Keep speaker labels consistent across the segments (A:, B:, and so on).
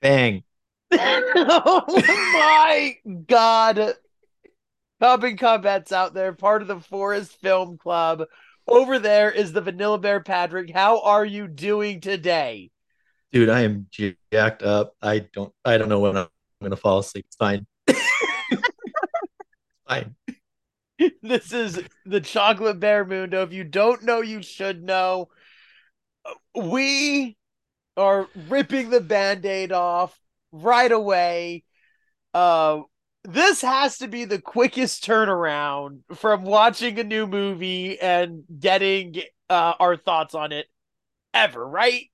A: Bang.
B: oh my god. Cub and Combat's out there, part of the Forest Film Club. Over there is the Vanilla Bear Patrick. How are you doing today?
A: Dude, I am jacked up. I don't I don't know when I'm gonna fall asleep. It's fine. fine.
B: This is the Chocolate Bear Mundo. If you don't know, you should know. We are ripping the band aid off right away. Uh, this has to be the quickest turnaround from watching a new movie and getting uh, our thoughts on it ever, right?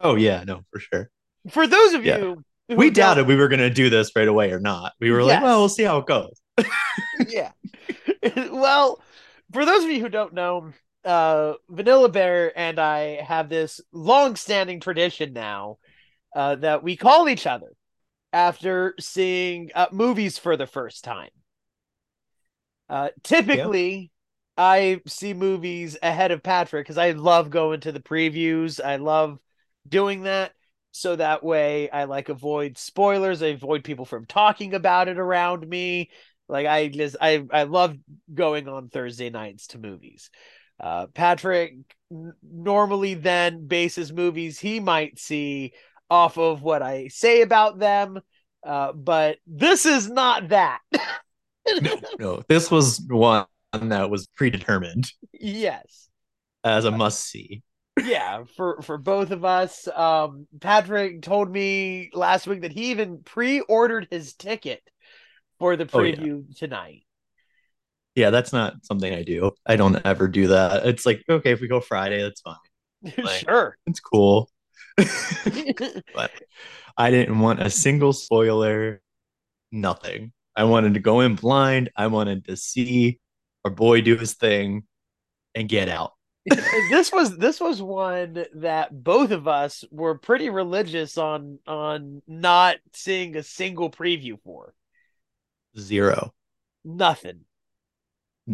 A: Oh yeah, no, for sure.
B: For those of
A: Yeah.
B: you, who
A: We
B: don't-
A: doubted we were gonna do this right away or not. We were like,
B: Yes.
A: well, we'll see how it goes.
B: yeah. well, for those of you who don't know, uh, Vanilla Bear and I have this long-standing tradition now uh, that we call each other after seeing uh, movies for the first time. Uh, typically, I see movies ahead of Patrick because I love going to the previews. I love doing that so that way I like avoid spoilers. I avoid people from talking about it around me like i just i i love going on thursday nights to movies uh patrick n- normally then bases movies he might see off of what i say about them uh but this is not that
A: No, this was one that was predetermined
B: yes
A: as a must see.
B: yeah for for both of us um patrick told me last week that he even pre-ordered his ticket for the
A: Oh, yeah.
B: preview tonight
A: Yeah, that's not something I do. I don't ever do that. It's like, okay, if we go Friday, that's fine. Right.
B: sure
A: It's cool. but I didn't want a single spoiler, nothing. I wanted to go in blind. I wanted to see our boy do his thing and get out.
B: this was this was one that both of us were pretty religious on on not seeing a single preview for
A: Zero.
B: nothing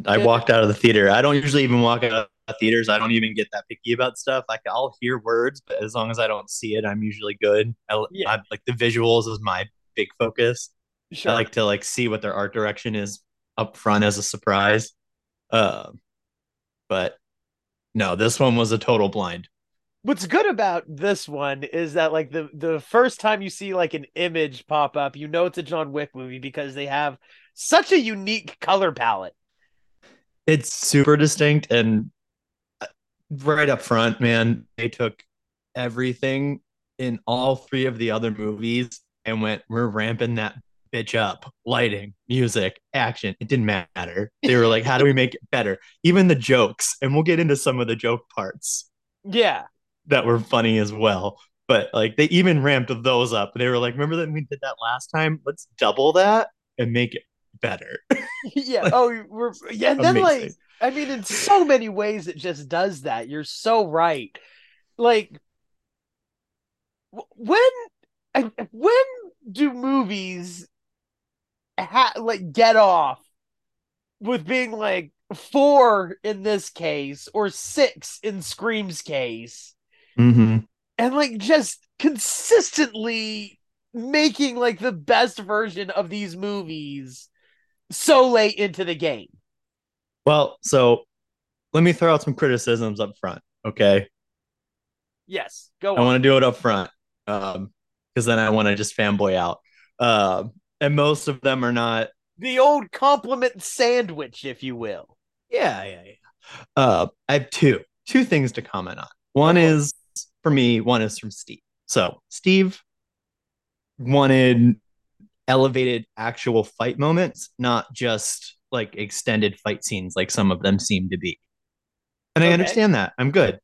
A: I
B: Yeah.
A: walked out of the theater. I don't usually even walk out of theaters. I don't even get that picky about stuff. Like I'll hear words, but as long as I don't see it, I'm usually good. I,
B: Yeah.
A: I- like the visuals is my big focus.
B: sure
A: I like to like see what their art direction is up front as a surprise. Um, but no, this one was a total blind.
B: what's good about this one is that like the the first time you see like an image pop up you know it's a john wick movie because they have such a unique color palette
A: It's super distinct and uh, right up front, man. They took everything in all three of the other movies and went, "We're ramping that bitch up." Lighting, music, action. It didn't matter. They were like, "How do we make it better?" Even the jokes, and we'll get into some of the joke parts.
B: yeah
A: that were funny as well. But like they even ramped those up. They were like, remember that we did that last time? Let's double that and make it better.
B: yeah oh we're yeah and then like
A: Amazing.
B: I mean, in so many ways, it just does that. You're so right. Like, w- when I- when do movies ha- like get off with being like four in this case or six in Scream's case,
A: Mm-hmm.
B: and like just consistently making like the best version of these movies so late into the game?
A: Well, so let me throw out some criticisms up front. Okay.
B: Yes, go
A: I
B: on.
A: want to do it up front. Um, because then I want to just fanboy out. Um, and most of them are not
B: the old compliment sandwich, if you will.
A: Yeah, yeah, yeah. Uh, I have two two things to comment on. One is for me. One is from Steve. So Steve wanted elevated actual fight moments, not just like extended fight scenes, like some of them seem to be. And I
B: Okay.
A: understand that. I'm good.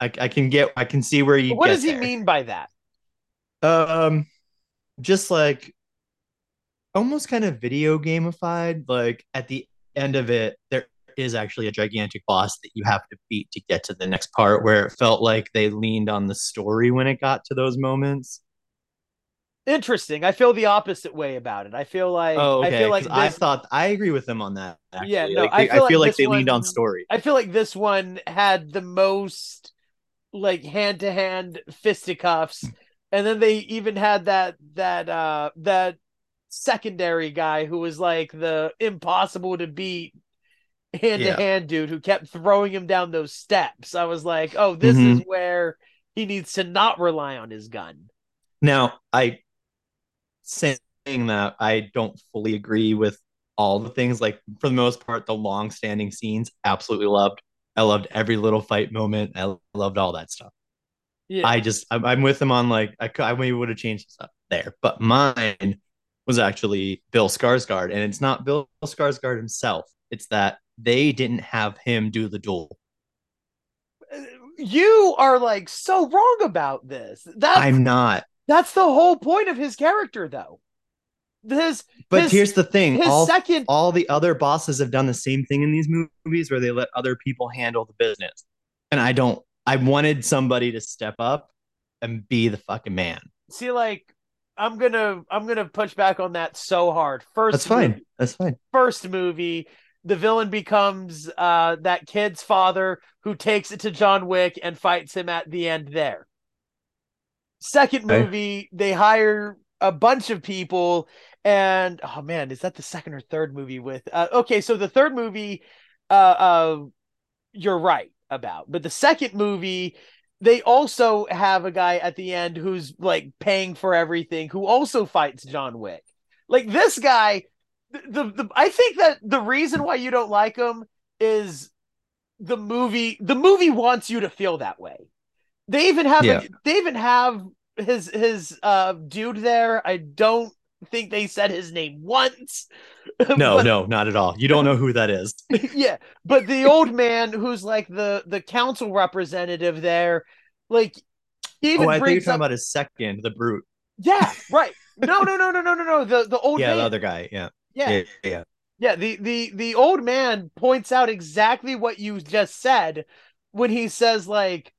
A: I, I can get. I can see where you.
B: What
A: get
B: does he
A: there.
B: mean by that?
A: Um, just like almost kind of video gamified. Like at the end of it, there is actually a gigantic boss that you have to beat to get to the next part. Where it felt like they leaned on the story when it got to those moments.
B: Interesting. I feel the opposite way about it. I feel like
A: oh, okay.
B: I feel like
A: 'cause I
B: this-
A: thought I agree with them on that. Actually.
B: Yeah, no,
A: Like,
B: I
A: they-
B: feel
A: I feel
B: like
A: like,
B: this
A: they leaned
B: one-
A: on story.
B: I feel like this one had the most like hand to hand fisticuffs, and then they even had that that uh that secondary guy who was like the impossible to beat hand to hand dude who kept throwing him down those steps. I was like, oh, this
A: Mm-hmm.
B: is where he needs to not rely on his gun.
A: Now, I saying that I don't fully agree with all the things. Like for the most part, the long-standing scenes, absolutely loved. I loved every little fight moment. I loved all that stuff.
B: Yeah,
A: I just I'm, I'm with them on like I, cou- I maybe would have changed stuff there, but mine was actually Bill Skarsgård, and it's not Bill Skarsgård himself. It's that they didn't have him do the duel.
B: you are like so wrong about this. That's
A: I'm not.
B: that's the whole point of his character, though. His
A: But
B: His-
A: here's the thing:
B: his
A: all
B: second
A: all the other bosses have done the same thing in these movies where they let other people handle the business. And I don't I wanted somebody to step up and be the fucking man.
B: see like i'm gonna i'm gonna push back on that so hard first
A: That's fine.
B: movie-
A: That's fine.
B: first movie the villain becomes uh that kid's father who takes it to john wick and fights him at the end there second
A: Okay.
B: movie they hire a bunch of people and oh man is that the second or third movie with uh, okay so the third movie uh, uh you're right about but the second movie they also have a guy at the end who's like paying for everything who also fights john wick like this guy th- the, the i think that the reason why you don't like him is the movie the movie wants you to feel that way they even have a-
A: Yeah.
B: they even have his his uh dude there i don't think they said his name once
A: No,
B: But-
A: no, not at all. You don't know who that is.
B: yeah but the old man who's like the the council representative there like he even
A: oh, I think you're
B: brings
A: talking
B: up
A: about his second, the brute.
B: yeah right no no no no no no no the the old
A: yeah,
B: man
A: the other guy. Yeah.
B: yeah
A: Yeah. yeah.
B: Yeah, the the the old man points out exactly what you just said when he says like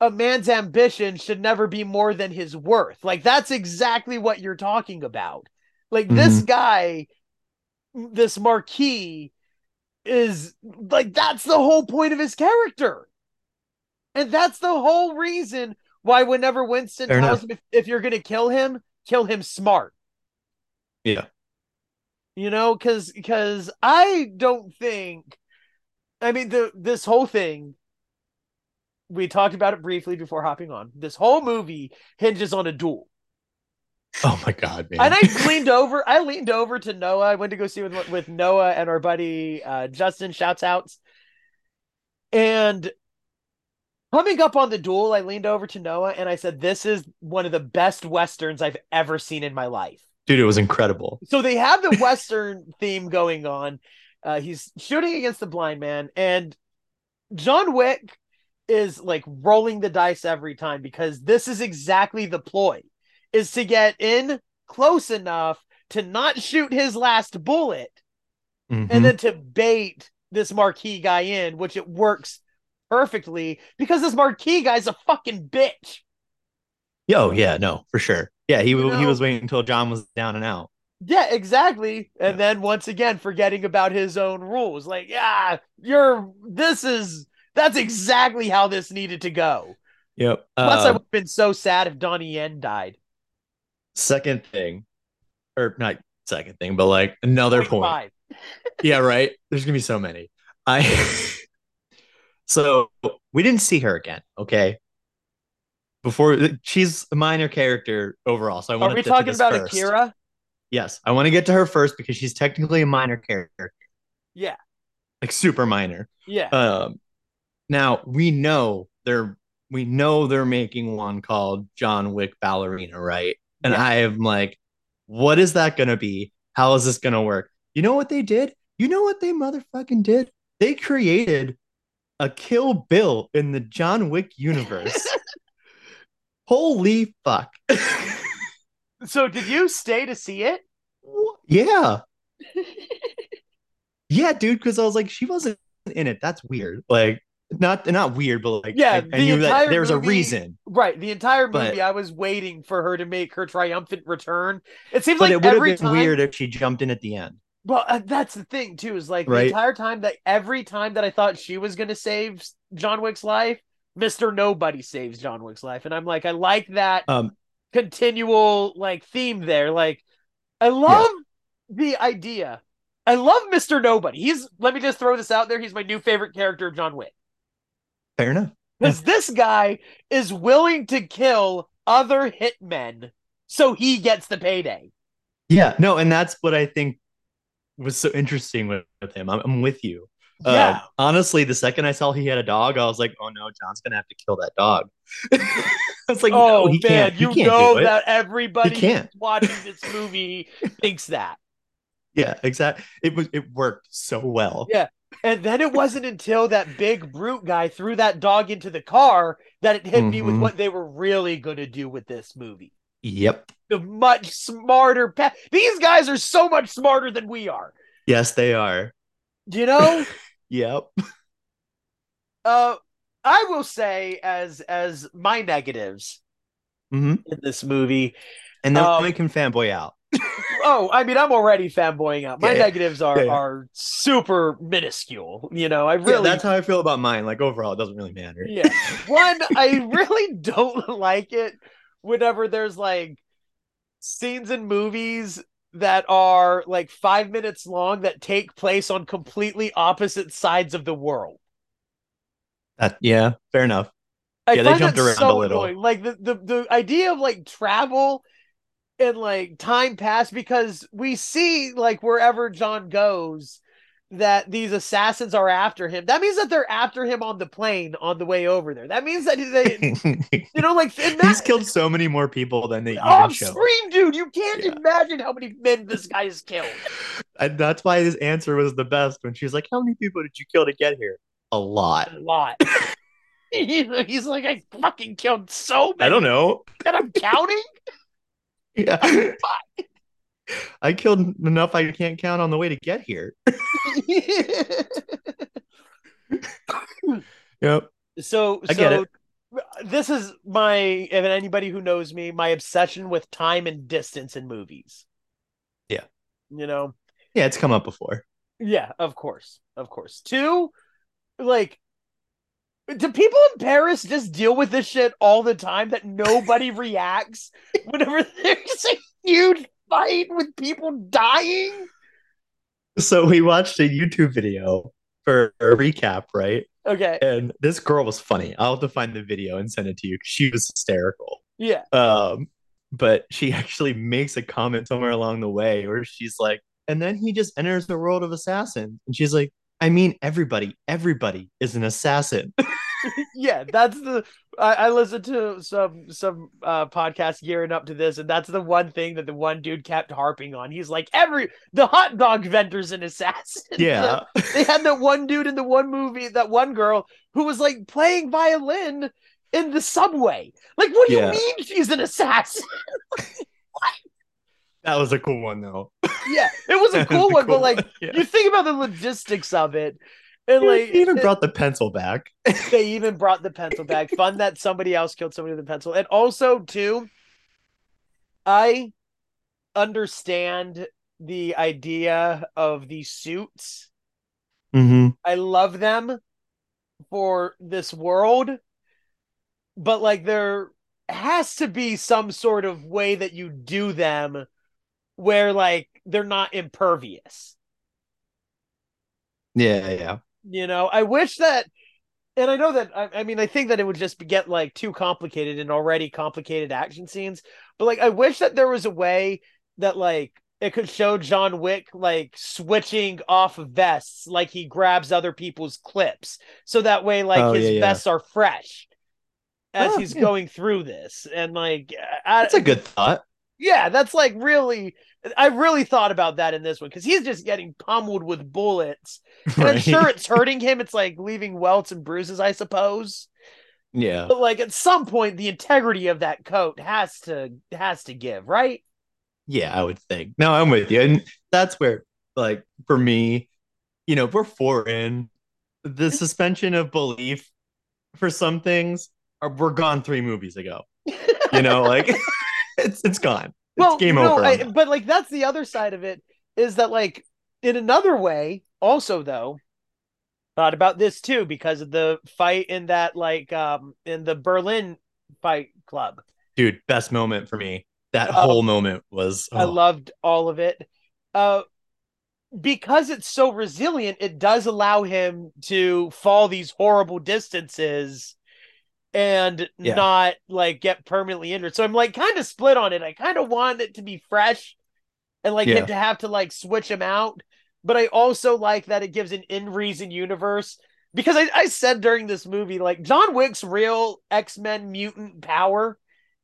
B: a man's ambition should never be more than his worth. Like that's exactly what you're talking about. Like
A: Mm-hmm.
B: this guy this marquee is like that's the whole point of his character. And that's the whole reason why whenever Winston
A: Fair
B: tells him if, if you're going to kill him, kill him smart
A: Yeah.
B: you know because because i don't think i mean the this whole thing we talked about it briefly before hopping on this whole movie hinges on a duel
A: Oh my god, man.
B: and i leaned over i leaned over to noah i went to go see with with noah and our buddy uh justin shouts outs and coming up on the duel i leaned over to noah and i said this is one of the best westerns i've ever seen in my life
A: Dude, it was incredible.
B: so they have the western theme going on uh he's shooting against the blind man and john wick is like rolling the dice every time because this is exactly the ploy is to get in close enough to not shoot his last bullet
A: Mhm.
B: and then to bait this marquee guy in which it works perfectly because this marquee guy's a fucking bitch
A: Yo, yeah, no, for sure. Yeah, he w- he
B: know-
A: was waiting until John was down and out.
B: Yeah, exactly. And then once again, forgetting about his own rules. Like, yeah, you're this is that's exactly how this needed to go.
A: Yep.
B: Plus, I
A: Um,
B: would have been so sad if Donnie Yen died.
A: second thing, or not second thing, but like another
B: Point
A: point.
B: five.
A: yeah, right. There's gonna be so many. I so we didn't see her again. Okay. Before she's a minor character overall, so I want
B: Are
A: to.
B: we
A: get to
B: talking
A: this
B: about
A: first.
B: Akira?
A: Yes, I want to get to her first because she's technically a minor character,
B: Yeah,
A: like super minor.
B: yeah,
A: Um, now we know they're we know they're making one called John Wick Ballerina, right? And
B: Yeah.
A: I am like, what is that gonna be? How is this gonna work? You know what they did? You know what they motherfucking did? They created a Kill Bill in the John Wick universe. Holy fuck! Uh,
B: So, did you stay to see it?
A: yeah, yeah, dude. Because I was like, she wasn't in it. That's weird. Like, not not weird, but like
B: Yeah,
A: I,
B: the
A: I knew
B: entire
A: that there's
B: movie-
A: a reason.
B: Right, the entire
A: But-
B: movie, I was waiting for her to make her triumphant return. It seems
A: But
B: like
A: it would have
B: every
A: been
B: time.
A: weird if she jumped in at the end.
B: Well, uh, that's the thing too. Is like the
A: Right.
B: entire time that every time that I thought she was going to save s- John Wick's life, Mister Nobody saves John Wick's life, and I'm like, I like that
A: Um,
B: continual like theme there. Like, I love the idea. I love Mister Nobody. He's let me just throw this out there. He's my new favorite character of John Wick.
A: Fair enough.
B: Because this guy is willing to kill other hitmen so he gets the payday.
A: Yeah, no, and that's what I think was so interesting with, with him. I'm, I'm with you. Uh,
B: Yeah.
A: honestly, the second I saw he had a dog, I was like, oh no, John's gonna have to kill that dog. I was like,
B: oh
A: no, he
B: man,
A: can't. He
B: you
A: can't
B: know
A: do it.
B: that everybody
A: He can't.
B: watching this movie thinks that.
A: Yeah, exactly. It was it worked so well.
B: Yeah. And then it wasn't until that big brute guy threw that dog into the car that it hit me with
A: Mhm.
B: what they were really going to do with this movie.
A: Yep.
B: The much smarter pa- These guys are so much smarter than we are.
A: Yes, they are.
B: You know?
A: Yep.
B: uh I will say as as my negatives
A: hmm
B: in this movie
A: And then
B: Um,
A: we can fanboy out.
B: oh, I mean, I'm already fanboying out. My
A: Yeah, yeah.
B: negatives are
A: Yeah, yeah.
B: are super minuscule. You know, I
A: Yeah,
B: really
A: that's how I feel about mine. Like overall, it doesn't really matter.
B: yeah. One, I really don't like it whenever there's like scenes in movies that are like five minutes long that take place on completely opposite sides of the world.
A: That- yeah, fair enough.
B: I
A: Yeah, they
B: find
A: jumped
B: that
A: around a
B: so
A: little.
B: annoying. Like the, the the idea of like travel and like time pass because we see like wherever John goes that these assassins are after him. That means that they're after him on the plane on the way over there. That means that they
A: He's
B: you know like and that Oh,
A: killed so many more people than they even
B: off
A: show.
B: screen, dude. You can't
A: Yeah.
B: imagine how many men this guy has killed.
A: And that's why his answer was the best when she was like, How many people did you kill to get here? A lot.
B: A lot. He's like, I fucking killed so many
A: I don't know.
B: that I'm counting.
A: Yeah. I killed enough I can't count on the way to get here. Yep.
B: So,
A: I
B: so
A: get
B: this is my, and anybody who knows me, my obsession with time and distance in movies.
A: Yeah.
B: You know,
A: Yeah, it's come up before.
B: yeah, of course. Of course. Two, like, do people in Paris just deal with this shit all the time that nobody reacts whenever there's a huge fight with people dying?
A: So we watched a YouTube video for a recap, right?
B: Okay.
A: And this girl was funny. I'll have to find the video and send it to you. She was hysterical.
B: Yeah.
A: Um, but she actually makes a comment somewhere along the way where she's like, and then he just enters the world of assassins. And she's like, I mean, everybody, everybody is an assassin.
B: yeah that's the I, I listened to some some uh podcast gearing up to this and that's the one thing that the one dude kept harping on he's like every the hot dog vendor's an assassin
A: yeah.
B: they had that one dude in the one movie that one girl who was like playing violin in the subway like what do
A: Yeah.
B: you mean she's an assassin
A: That was a cool one though.
B: yeah it was a
A: That
B: cool
A: was a
B: one but
A: cool
B: like
A: one, yeah.
B: you think about the logistics of it and
A: He
B: like
A: even
B: it-
A: brought the pencil back.
B: they even brought the pencil back. Fun that somebody else killed somebody with a pencil. And also, too, I understand the idea of the suits.
A: Mm-hmm.
B: I love them for this world, but like there has to be some sort of way that you do them where like they're not impervious.
A: Yeah, yeah.
B: You know, I wish that, and I know that. I, I mean, I think that it would just get like too complicated in already complicated action scenes. But like, I wish that there was a way that like it could show John Wick like switching off vests, like he grabs other people's clips, so that way like
A: Oh,
B: his
A: yeah, yeah.
B: vests are fresh as
A: Oh,
B: he's
A: yeah.
B: going through this. And like, I,
A: That's a good thought.
B: yeah, that's like really. I really thought about that in this one because he's just getting pummeled with bullets. And I'm
A: right?
B: sure it's hurting him. It's like leaving welts and bruises, I suppose.
A: Yeah.
B: But like at some point, the integrity of that coat has to has to give, right?
A: Yeah, I would think. No, I'm with you. And that's where, like, for me, you know, we're four in. the suspension of belief for some things are we're gone three movies ago. You know, like it's it's gone.
B: well,
A: it's game
B: no,
A: over. on
B: I-
A: that.
B: but like that's the other side of it is that like in another way, also though, thought about this too because of the fight in that like um in the Berlin fight club.
A: Dude, best moment for me. That
B: Oh.
A: whole moment was
B: I
A: oh,
B: loved all of it. Uh because it's so resilient, it does allow him to fall these horrible distances and
A: Yeah.
B: not like get permanently injured. So I'm like kind of split on it. I kind of want it to be fresh and like
A: Yeah.
B: him to have to like switch him out. But I also like that it gives an in reason universe because I, I said during this movie, like John Wick's real X Men mutant power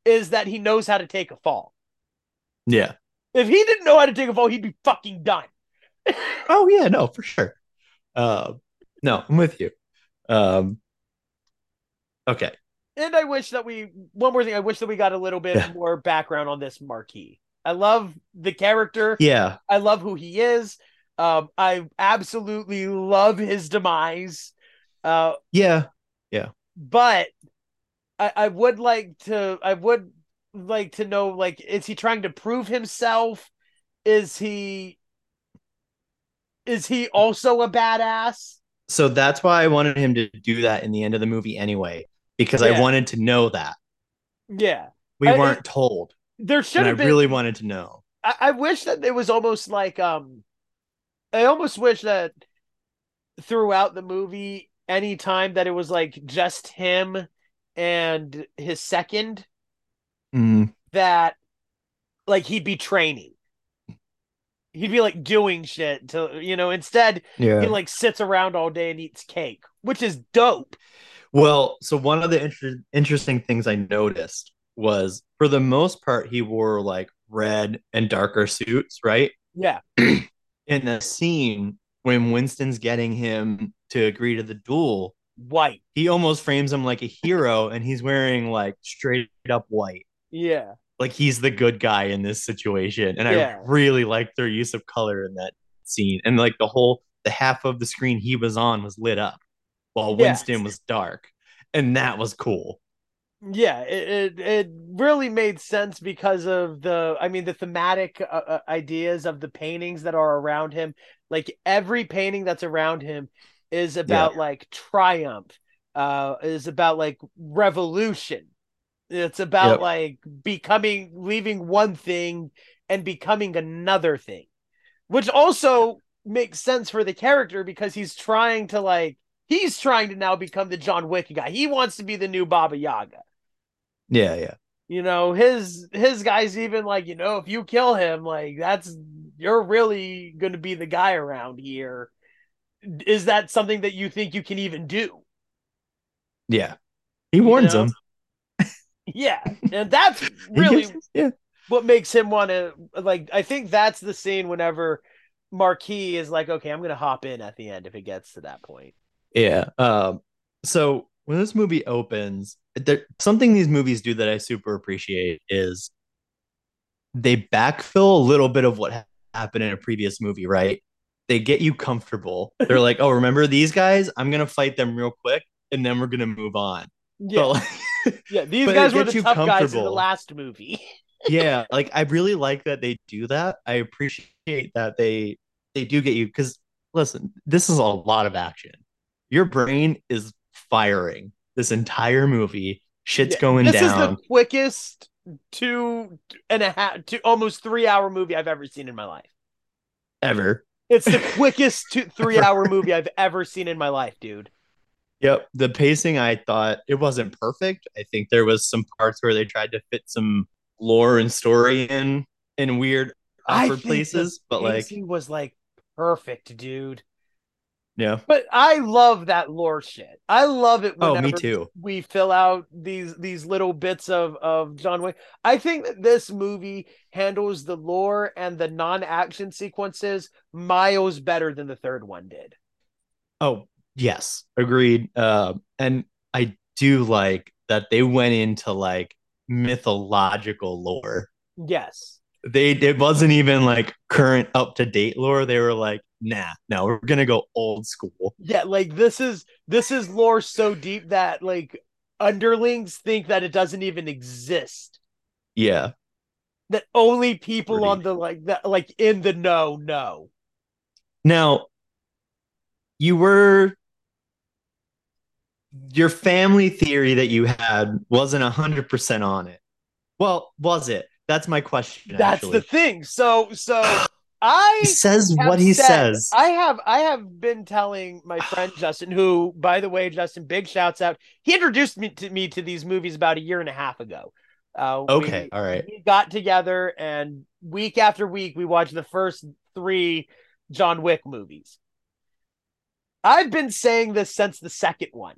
B: is that he knows how to take a fall.
A: oh, yeah.
B: If he didn't know how to take a fall, he'd be fucking done.
A: Oh yeah, no, for sure. Uh, no, I'm with you. Um, okay,
B: And I wish that we one more thing. I wish that we got a little bit
A: Yeah.
B: more background on this marquee. I love the character.
A: yeah,
B: I love who he is. Um, I absolutely love his demise. Uh,
A: yeah,
B: but I, I would like to. I would like to know. Like, is he trying to prove himself? Is he? Is he also a badass?
A: so that's why I wanted him to do that in the end of the movie anyway, because
B: Yeah.
A: I wanted to know that
B: Yeah,
A: we
B: I-
A: weren't told,
B: there
A: and
B: should
A: I
B: have been.
A: really wanted to know.
B: I, I wish that it was almost like um I almost wish that throughout the movie any time that it was like just him and his second
A: Mm,
B: that like he'd be training he'd be like doing shit to you know instead he
A: yeah.
B: like sits around all day and eats cake which is dope
A: Well, so one of the inter- interesting things I noticed was, for the most part, he wore like red and darker suits, right?
B: yeah
A: In the scene when Winston's getting him to agree to the duel.
B: white
A: he almost frames him like a hero and he's wearing like straight up white
B: yeah
A: like he's the good guy in this situation and
B: Yeah.
A: i really liked their use of color in that scene and like the whole the half of the screen he was on was lit up while
B: Yeah.
A: winston was dark and that was cool
B: yeah it, it it really made sense because of the i mean the thematic uh, uh, ideas of the paintings that are around him like every painting that's around him is about like triumph uh is about like revolution it's about
A: Yep.
B: like becoming leaving one thing and becoming another thing which also makes sense for the character because he's trying to like he's trying to now become the John Wick guy. He wants to be the new Baba Yaga.
A: yeah yeah
B: You know, his his guy's even like, you know, if you kill him, like that's you're really going to be the guy around here. Is that something that you think you can even do?
A: yeah he warns
B: know,
A: him
B: Yeah. And that's
A: He
B: really
A: gives- yeah
B: what makes him want to like I think that's the scene whenever Marquis is like, okay, I'm going to hop in at the end if it gets to that point.
A: Yeah. Um, so when this movie opens, there, something these movies do that I super appreciate is they backfill a little bit of what ha- happened in a previous movie, right? They get you comfortable. They're like, oh, remember these guys? I'm going to fight them real quick and then we're going to move on.
B: Yeah.
A: So, like,
B: Yeah, these
A: But it
B: guys were
A: gets
B: the
A: you
B: tough guys in the
A: comfortable.
B: last movie.
A: yeah, like I really like that they do that. I appreciate that they they do get you cuz listen, this is a lot of action. Your brain is firing this entire movie. Shit's
B: Yeah,
A: going
B: this
A: down.
B: is the quickest two and a half, two almost three hour movie I've ever seen in my life.
A: ever.
B: It's the quickest two, three hour movie I've ever seen in my life, dude.
A: Yep. The pacing, I thought it wasn't perfect. I think there was some parts where they tried to fit some lore and story in in weird
B: I
A: awkward
B: think the
A: places, but like,
B: Pacing was like perfect, dude.
A: yeah.
B: But I love that lore shit. I love it.
A: Oh,
B: Whenever
A: me too.
B: we fill out these these little bits of of John Wick. I think that this movie handles the lore and the non action sequences miles better than the third one did.
A: Oh, yes, agreed. Uh, and I do like that they went into like mythological lore
B: Yes,
A: they it wasn't even like current up to date lore. They were like, nah, no, we're gonna go old school.
B: Yeah, like this is this is lore so deep that like underlings think that it doesn't even exist.
A: Yeah.
B: That only people
A: Pretty-
B: on the like that like in the know know.
A: Now, you were your family theory that you had wasn't hundred percent on it. Well, was it? That's my question.
B: That's
A: actually.
B: the thing. So so I
A: he says
B: have
A: what he
B: said-
A: says.
B: I have I have been telling my friend Justin, who by the way, Justin, big shouts out. He introduced me to me to these movies about a year and a half ago. Uh, we-
A: Okay, all right.
B: We got together and week after week we watched the first three John Wick movies. I've been saying this since the second one.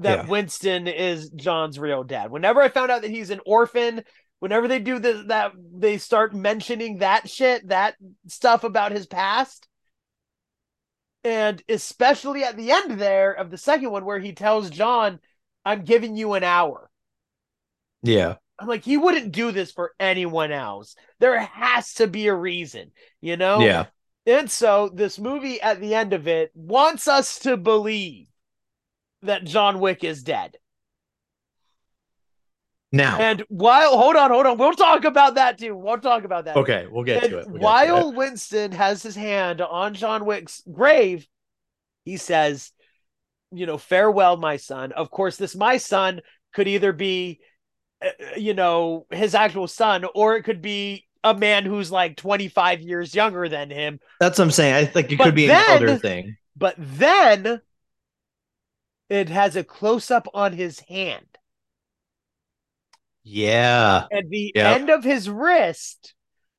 B: That
A: Yeah.
B: Winston is John's real dad. Whenever I found out that he's an orphan, whenever they do this that they start mentioning that shit that stuff about his past and especially at the end there of the second one where he tells john i'm giving you an hour
A: Yeah.
B: i'm like he wouldn't do this for anyone else there has to be a reason you know
A: Yeah.
B: and so this movie at the end of it wants us to believe that john wick is dead
A: Now,
B: and while hold on hold on we'll talk about that too we'll talk about that
A: okay, we'll get to it.
B: And
A: we'll get to
B: while
A: it.
B: Winston has his hand on John Wick's grave, he says, you know, farewell, my son. Of course, this my son could either be, uh, you know, his actual son, or it could be a man who's like 25 years younger than him.
A: that's what I'm saying. I think it
B: But
A: could be
B: then-
A: another thing.
B: But then it has a close up on his hand.
A: Yeah.
B: at the
A: Yep.
B: end of his wrist,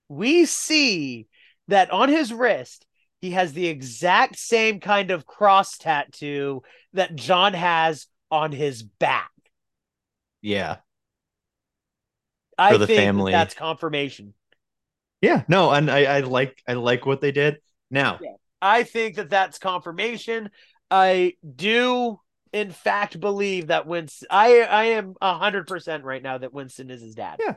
B: we see that on his wrist, he has the exact same kind of cross tattoo that John has on his back.
A: Yeah.
B: I
A: For the
B: think that
A: family.
B: that's confirmation.
A: Yeah. No, and I, I like I like what they did. Now,
B: I think that that's confirmation. I do, in fact, believe that Winston. I I am hundred percent right now that Winston is his dad.
A: Yeah.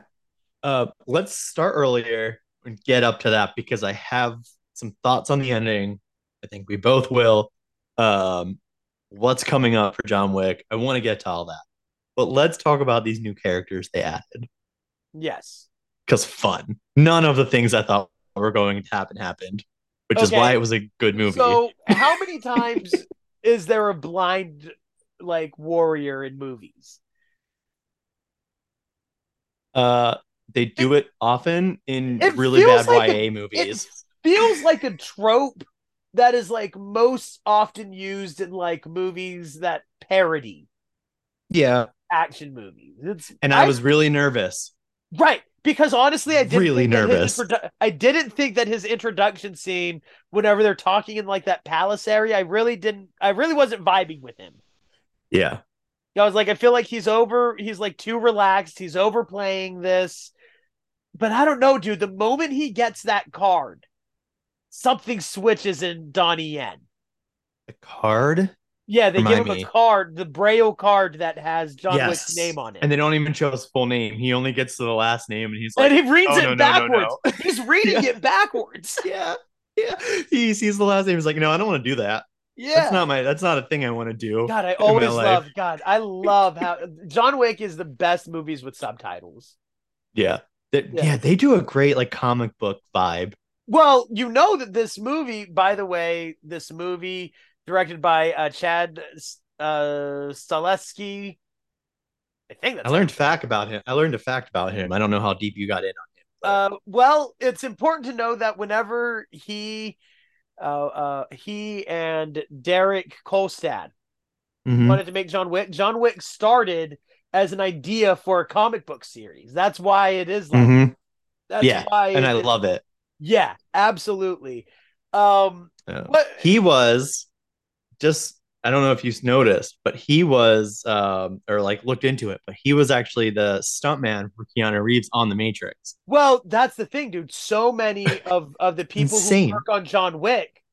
A: uh let's start earlier and get up to that because I have some thoughts on the ending. I think we both will. Um what's coming up for John Wick. I want to get to all that. But let's talk about these new characters they added.
B: Yes.
A: because fun. None of the things I thought were going to happen happened, which is
B: Okay.
A: why it was a good movie.
B: So, how many times is there a blind like warrior in movies?
A: uh, they do it often in
B: It
A: really
B: feels
A: bad
B: like
A: YA
B: It
A: movies.
B: feels like a trope that is like most often used in like movies that parody
A: yeah,
B: action movies. It's
A: and I, was really nervous.
B: right because honestly, I didn't
A: Really
B: think that his
A: nervous.
B: introdu- I didn't think that his introduction scene, whenever they're talking in like that palace area, I really didn't. I really wasn't vibing with him.
A: Yeah,
B: I was like, I feel like he's over. He's like too relaxed. He's overplaying this. But I don't know, dude. The moment he gets that card, something switches in Donnie Yen.
A: the card,
B: Yeah, they give
A: Remind
B: him
A: me.
B: a card, the Braille card that has John
A: Yes.
B: Wick's name on it.
A: and they don't even show his full name. He only gets to the last name, and he's
B: And
A: like,
B: he reads
A: "Oh,
B: it
A: no, no, no,
B: backwards.
A: no."
B: He's reading it backwards.
A: yeah, yeah. He sees the last name. He's like, no, I don't want to do that.
B: Yeah.
A: That's not my. That's not a thing I want to do.
B: God, I always
A: life.
B: love God. I love how John Wick is the best movies with subtitles.
A: Yeah. They-
B: Yeah.
A: yeah, they do a great like comic book vibe.
B: Well, you know that this movie, by the way, this movie directed by uh, Chad uh, Stileski. I think that's
A: I learned fact about him. I learned a fact about him. I don't know how deep you got in on
B: Uh, well, it's important to know that whenever he, uh, uh, he and Derek Kolstad
A: it.
B: wanted to make John Wick, John Wick started as an idea for a comic book series. That's why it is like
A: Mhm.
B: that's
A: Yeah,
B: why
A: And I
B: it-
A: love it.
B: yeah, absolutely. Um,
A: Yeah.
B: what
A: He was just I don't know if you noticed, but he was um or like looked into it, but he was actually the stuntman for Keanu Reeves on The Matrix.
B: Well, that's the thing, dude. So many of of the people
A: Insane.
B: who work on John Wick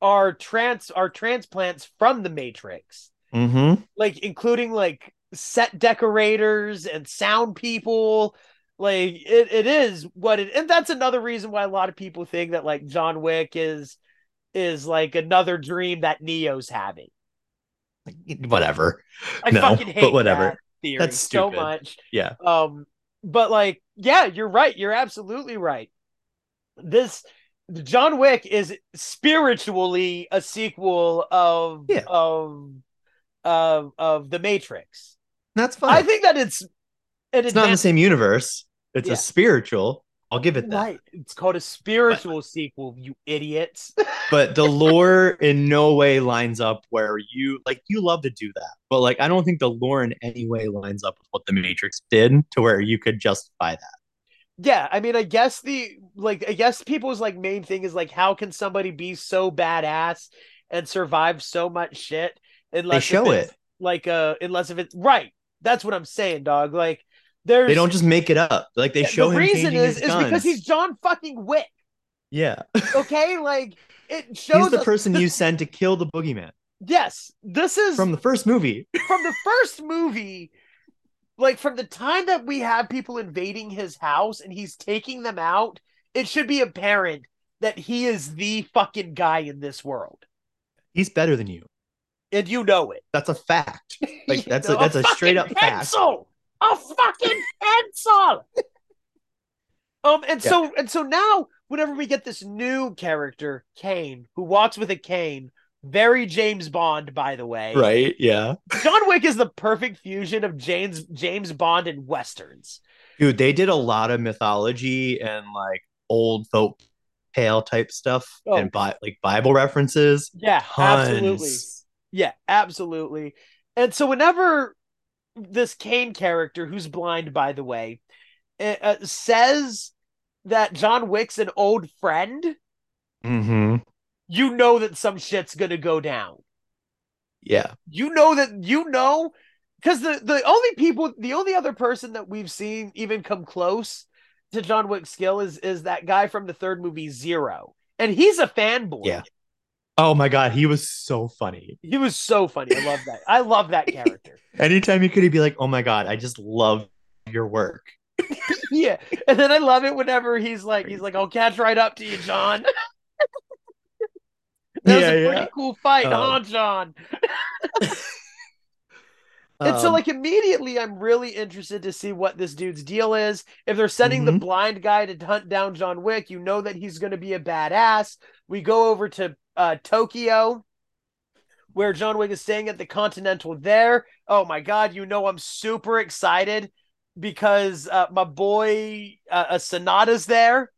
B: are trans are transplants from the Matrix,
A: Mm-hmm.
B: like including like set decorators and sound people. Like it, it is what it and that's another reason why a lot of people think that like John Wick is is like another dream that Neo's having.
A: Whatever.
B: I
A: No,
B: fucking hate
A: but whatever.
B: that theory
A: That's
B: so
A: stupid.
B: much.
A: Yeah.
B: Um, but like, yeah, you're right. You're absolutely right. This John Wick is spiritually a sequel of
A: Yeah.
B: of of of The Matrix.
A: That's
B: I
A: fine.
B: think that it's an
A: it's not in the same universe. It's
B: Yeah.
A: a spiritual. I'll give it
B: advan-
A: that.
B: right. It's called a spiritual sequel. You idiots.
A: But the lore in no way lines up where you like you love to do that. But like I don't think the lore in any way lines up with what the Matrix did to where you could justify that.
B: Yeah, I mean, I guess the like, I guess people's like main thing is like, how can somebody be so badass and survive so much shit? Unless
A: They
B: if
A: show
B: it's,
A: it.
B: like, uh, unless if it's right, that's what I'm saying, dog. Like, there's
A: They don't just make it up. Like they
B: yeah,
A: show
B: the
A: him
B: reason
A: changing
B: is
A: his
B: is because
A: guns.
B: he's John fucking Wick.
A: yeah.
B: Okay, like it shows
A: He's the
B: us-
A: person
B: this-
A: you send to kill the boogeyman
B: Yes, this is
A: from the first movie.
B: from the first movie, like from the time that we have people invading his house and he's taking them out, it should be apparent that he is the fucking guy in this world.
A: He's better than you.
B: And you know it.
A: That's a fact. Like,
B: You
A: that's a-
B: know,
A: that's a straight
B: fucking
A: up fact.
B: pencil! A fucking pencil. um and
A: Yeah.
B: so and so now whenever we get this new character, Kane, who walks with a cane, very James Bond, by the way.
A: Right? Yeah.
B: John Wick is the perfect fusion of James James Bond and westerns.
A: Dude, they did a lot of mythology and like old folk tale type stuff
B: Oh.
A: and bi- like Bible references.
B: Yeah,
A: Tons.
B: absolutely. Yeah, absolutely. And so whenever this Kane character, who's blind by the way, uh, uh, says that John Wick's an old friend,
A: Mm-hmm.
B: you know that some shit's gonna go down.
A: Yeah.
B: You know that you know because the the only people, the only other person that we've seen even come close to John Wick's skill is is that guy from the third movie Zero, and he's a fanboy.
A: Yeah. Oh my God. He was so funny.
B: He was so funny. I love that. I love that character.
A: Anytime he could, he'd be like, oh my God, I just love your work.
B: yeah. And then I love it whenever he's like, he's like, I'll catch right up to you, John. that was a pretty cool fight,
A: Oh.
B: huh, John?
A: yeah.
B: and so,
A: Um,
B: like, immediately I'm really interested to see what this dude's deal is. If they're sending the
A: Mhm.
B: blind guy to hunt down John Wick, you know that he's going to be a badass. We go over to uh, Tokyo, where John Wick is staying at the Continental there. Oh my God, you know I'm super excited because uh, my boy uh, uh, Sonata's there.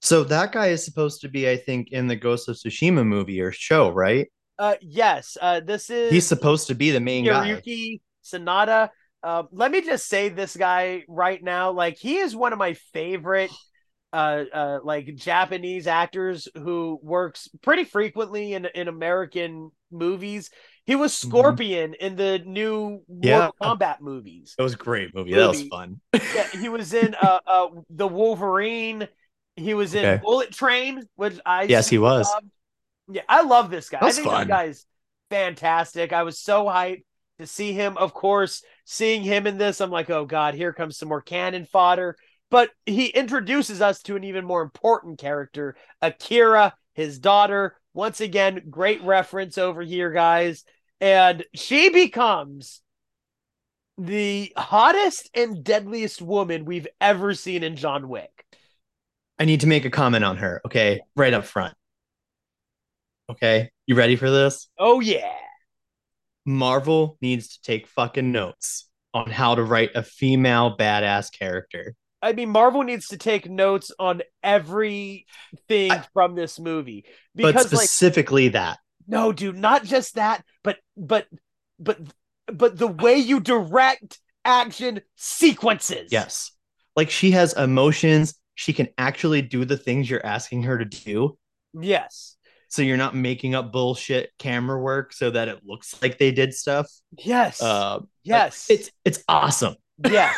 A: so that guy is supposed to be, I think, in the Ghost of Tsushima movie or show, right?
B: Uh, yes, uh, this is.
A: He's supposed to be the main guy.
B: Hiroyuki Sonata. Uh, let me just say this guy right now, like he is one of my favorite, uh, uh, like Japanese actors who works pretty frequently in in American movies. He was Scorpion in the new
A: Mm-hmm. Yeah.
B: Mortal Kombat movies.
A: That was a great movie. That was
B: Movie.
A: fun.
B: Yeah, he was in uh, uh, the Wolverine. He was in
A: Okay.
B: Bullet Train, which I
A: Yes, he was.
B: um, yeah, I love this guy. I
A: That's
B: think
A: fun.
B: this guy's fantastic. I was so hyped to see him. Of course, seeing him in this, I'm like, oh god, here comes some more cannon fodder. But he introduces us to an even more important character, Akira, his daughter. Once again, great reference over here, guys. And she becomes the hottest and deadliest woman we've ever seen in John Wick.
A: I need to make a comment on her, okay? Right up front. Okay. You ready for this?
B: Oh yeah.
A: Marvel needs to take fucking notes on how to write a female badass character.
B: I mean, Marvel needs to take notes on everything
A: I-
B: from this movie
A: But
B: because, like,
A: specifically that.
B: no, dude, not just that, but but but but the way you direct action sequences.
A: Yes. Like she has emotions. She can actually do the things you're asking her to do.
B: yes,
A: So you're not making up bullshit camera work so that it looks like they did stuff.
B: yes,
A: Uh,
B: yes,
A: It's it's awesome.
B: yes,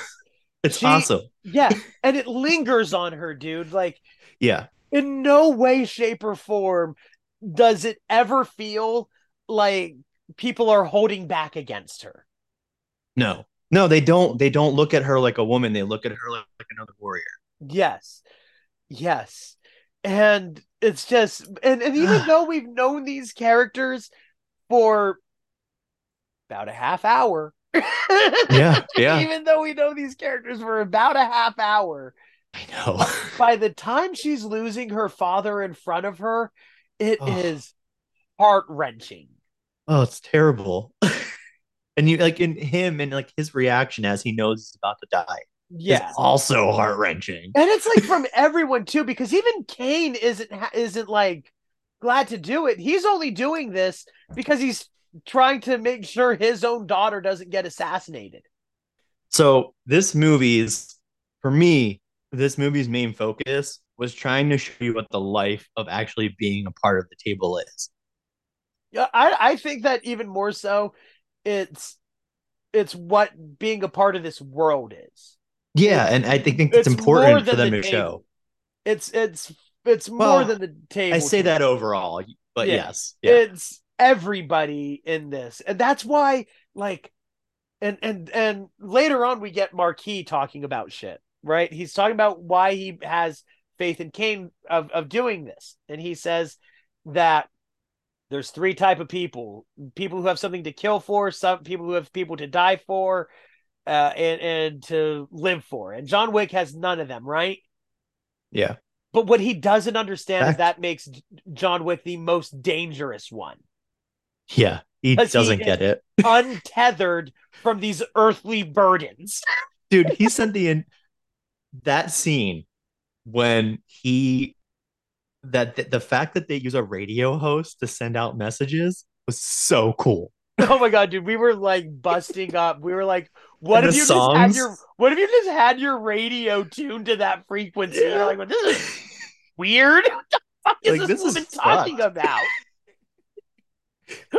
A: It's
B: She-
A: awesome.
B: yeah, and it lingers on her, dude. Like,
A: Yeah.
B: in no way, shape, or form does it ever feel like people are holding back against her.
A: No. No, they don't. They don't look at her like a woman. They look at her like, like another warrior.
B: Yes. Yes. And it's just and, and even though we've known these characters for about a half hour.
A: Yeah, yeah.
B: Even though we know these characters for about a half hour,
A: I know.
B: by the time she's losing her father in front of her, it
A: Ugh.
B: is heart wrenching.
A: Oh, it's terrible. and you like in him and like his reaction as he knows he's about to die
B: Yeah.
A: is also heart wrenching.
B: and it's like from everyone too because even kane isn't ha- isn't like glad to do it he's only doing this because he's trying to make sure his own daughter doesn't get assassinated
A: So this movie's for me, this movie's main focus was trying to show you what the life of actually being a part of the table is.
B: yeah i i think that even more so it's it's what being a part of this world is
A: Yeah, and I think think it's, important for them to
B: the
A: show.
B: table. it's it's it's more
A: Well,
B: than the table
A: I say
B: to me.
A: that overall, but
B: Yeah.
A: yes, yeah,
B: it's everybody in this and that's why like and and and later on we get marquis talking about shit right he's talking about why he has faith in cain of, of doing this and he says that there's three type of people people who have something to kill for some people who have people to die for uh and and to live for and john wick has none of them right
A: yeah.
B: but what he doesn't understand is
A: Fact.
B: that makes J- john wick the most dangerous one
A: Yeah, he
B: 'Cause he
A: doesn't
B: is-
A: get it.
B: untethered from these earthly burdens.
A: Dude, he sent the in that scene when he that th- the fact that they use a radio host to send out messages was so cool.
B: Oh my god, dude, we were like busting up. We were like, what
A: And
B: if
A: the
B: you just had
A: songs?
B: your what if you just had your radio tuned to that frequency? You're
A: Yeah.
B: like, well, this is weird. What the fuck is
A: Like,
B: this,
A: this is
B: woman talking about?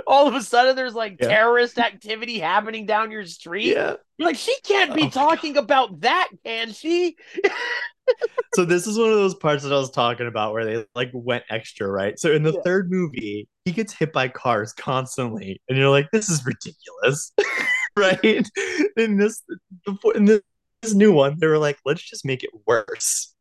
B: All of a sudden there's like
A: Yeah.
B: terrorist activity happening down your street. You're like, she can't
A: Oh
B: be
A: my God.
B: talking about that, can she?
A: so this is one of those parts that I was talking about where they like went extra, right? So in the
B: Yeah.
A: third movie, he gets hit by cars constantly, and you're like, this is ridiculous, right? In this, before in this, this new one, they were like, let's just make it worse.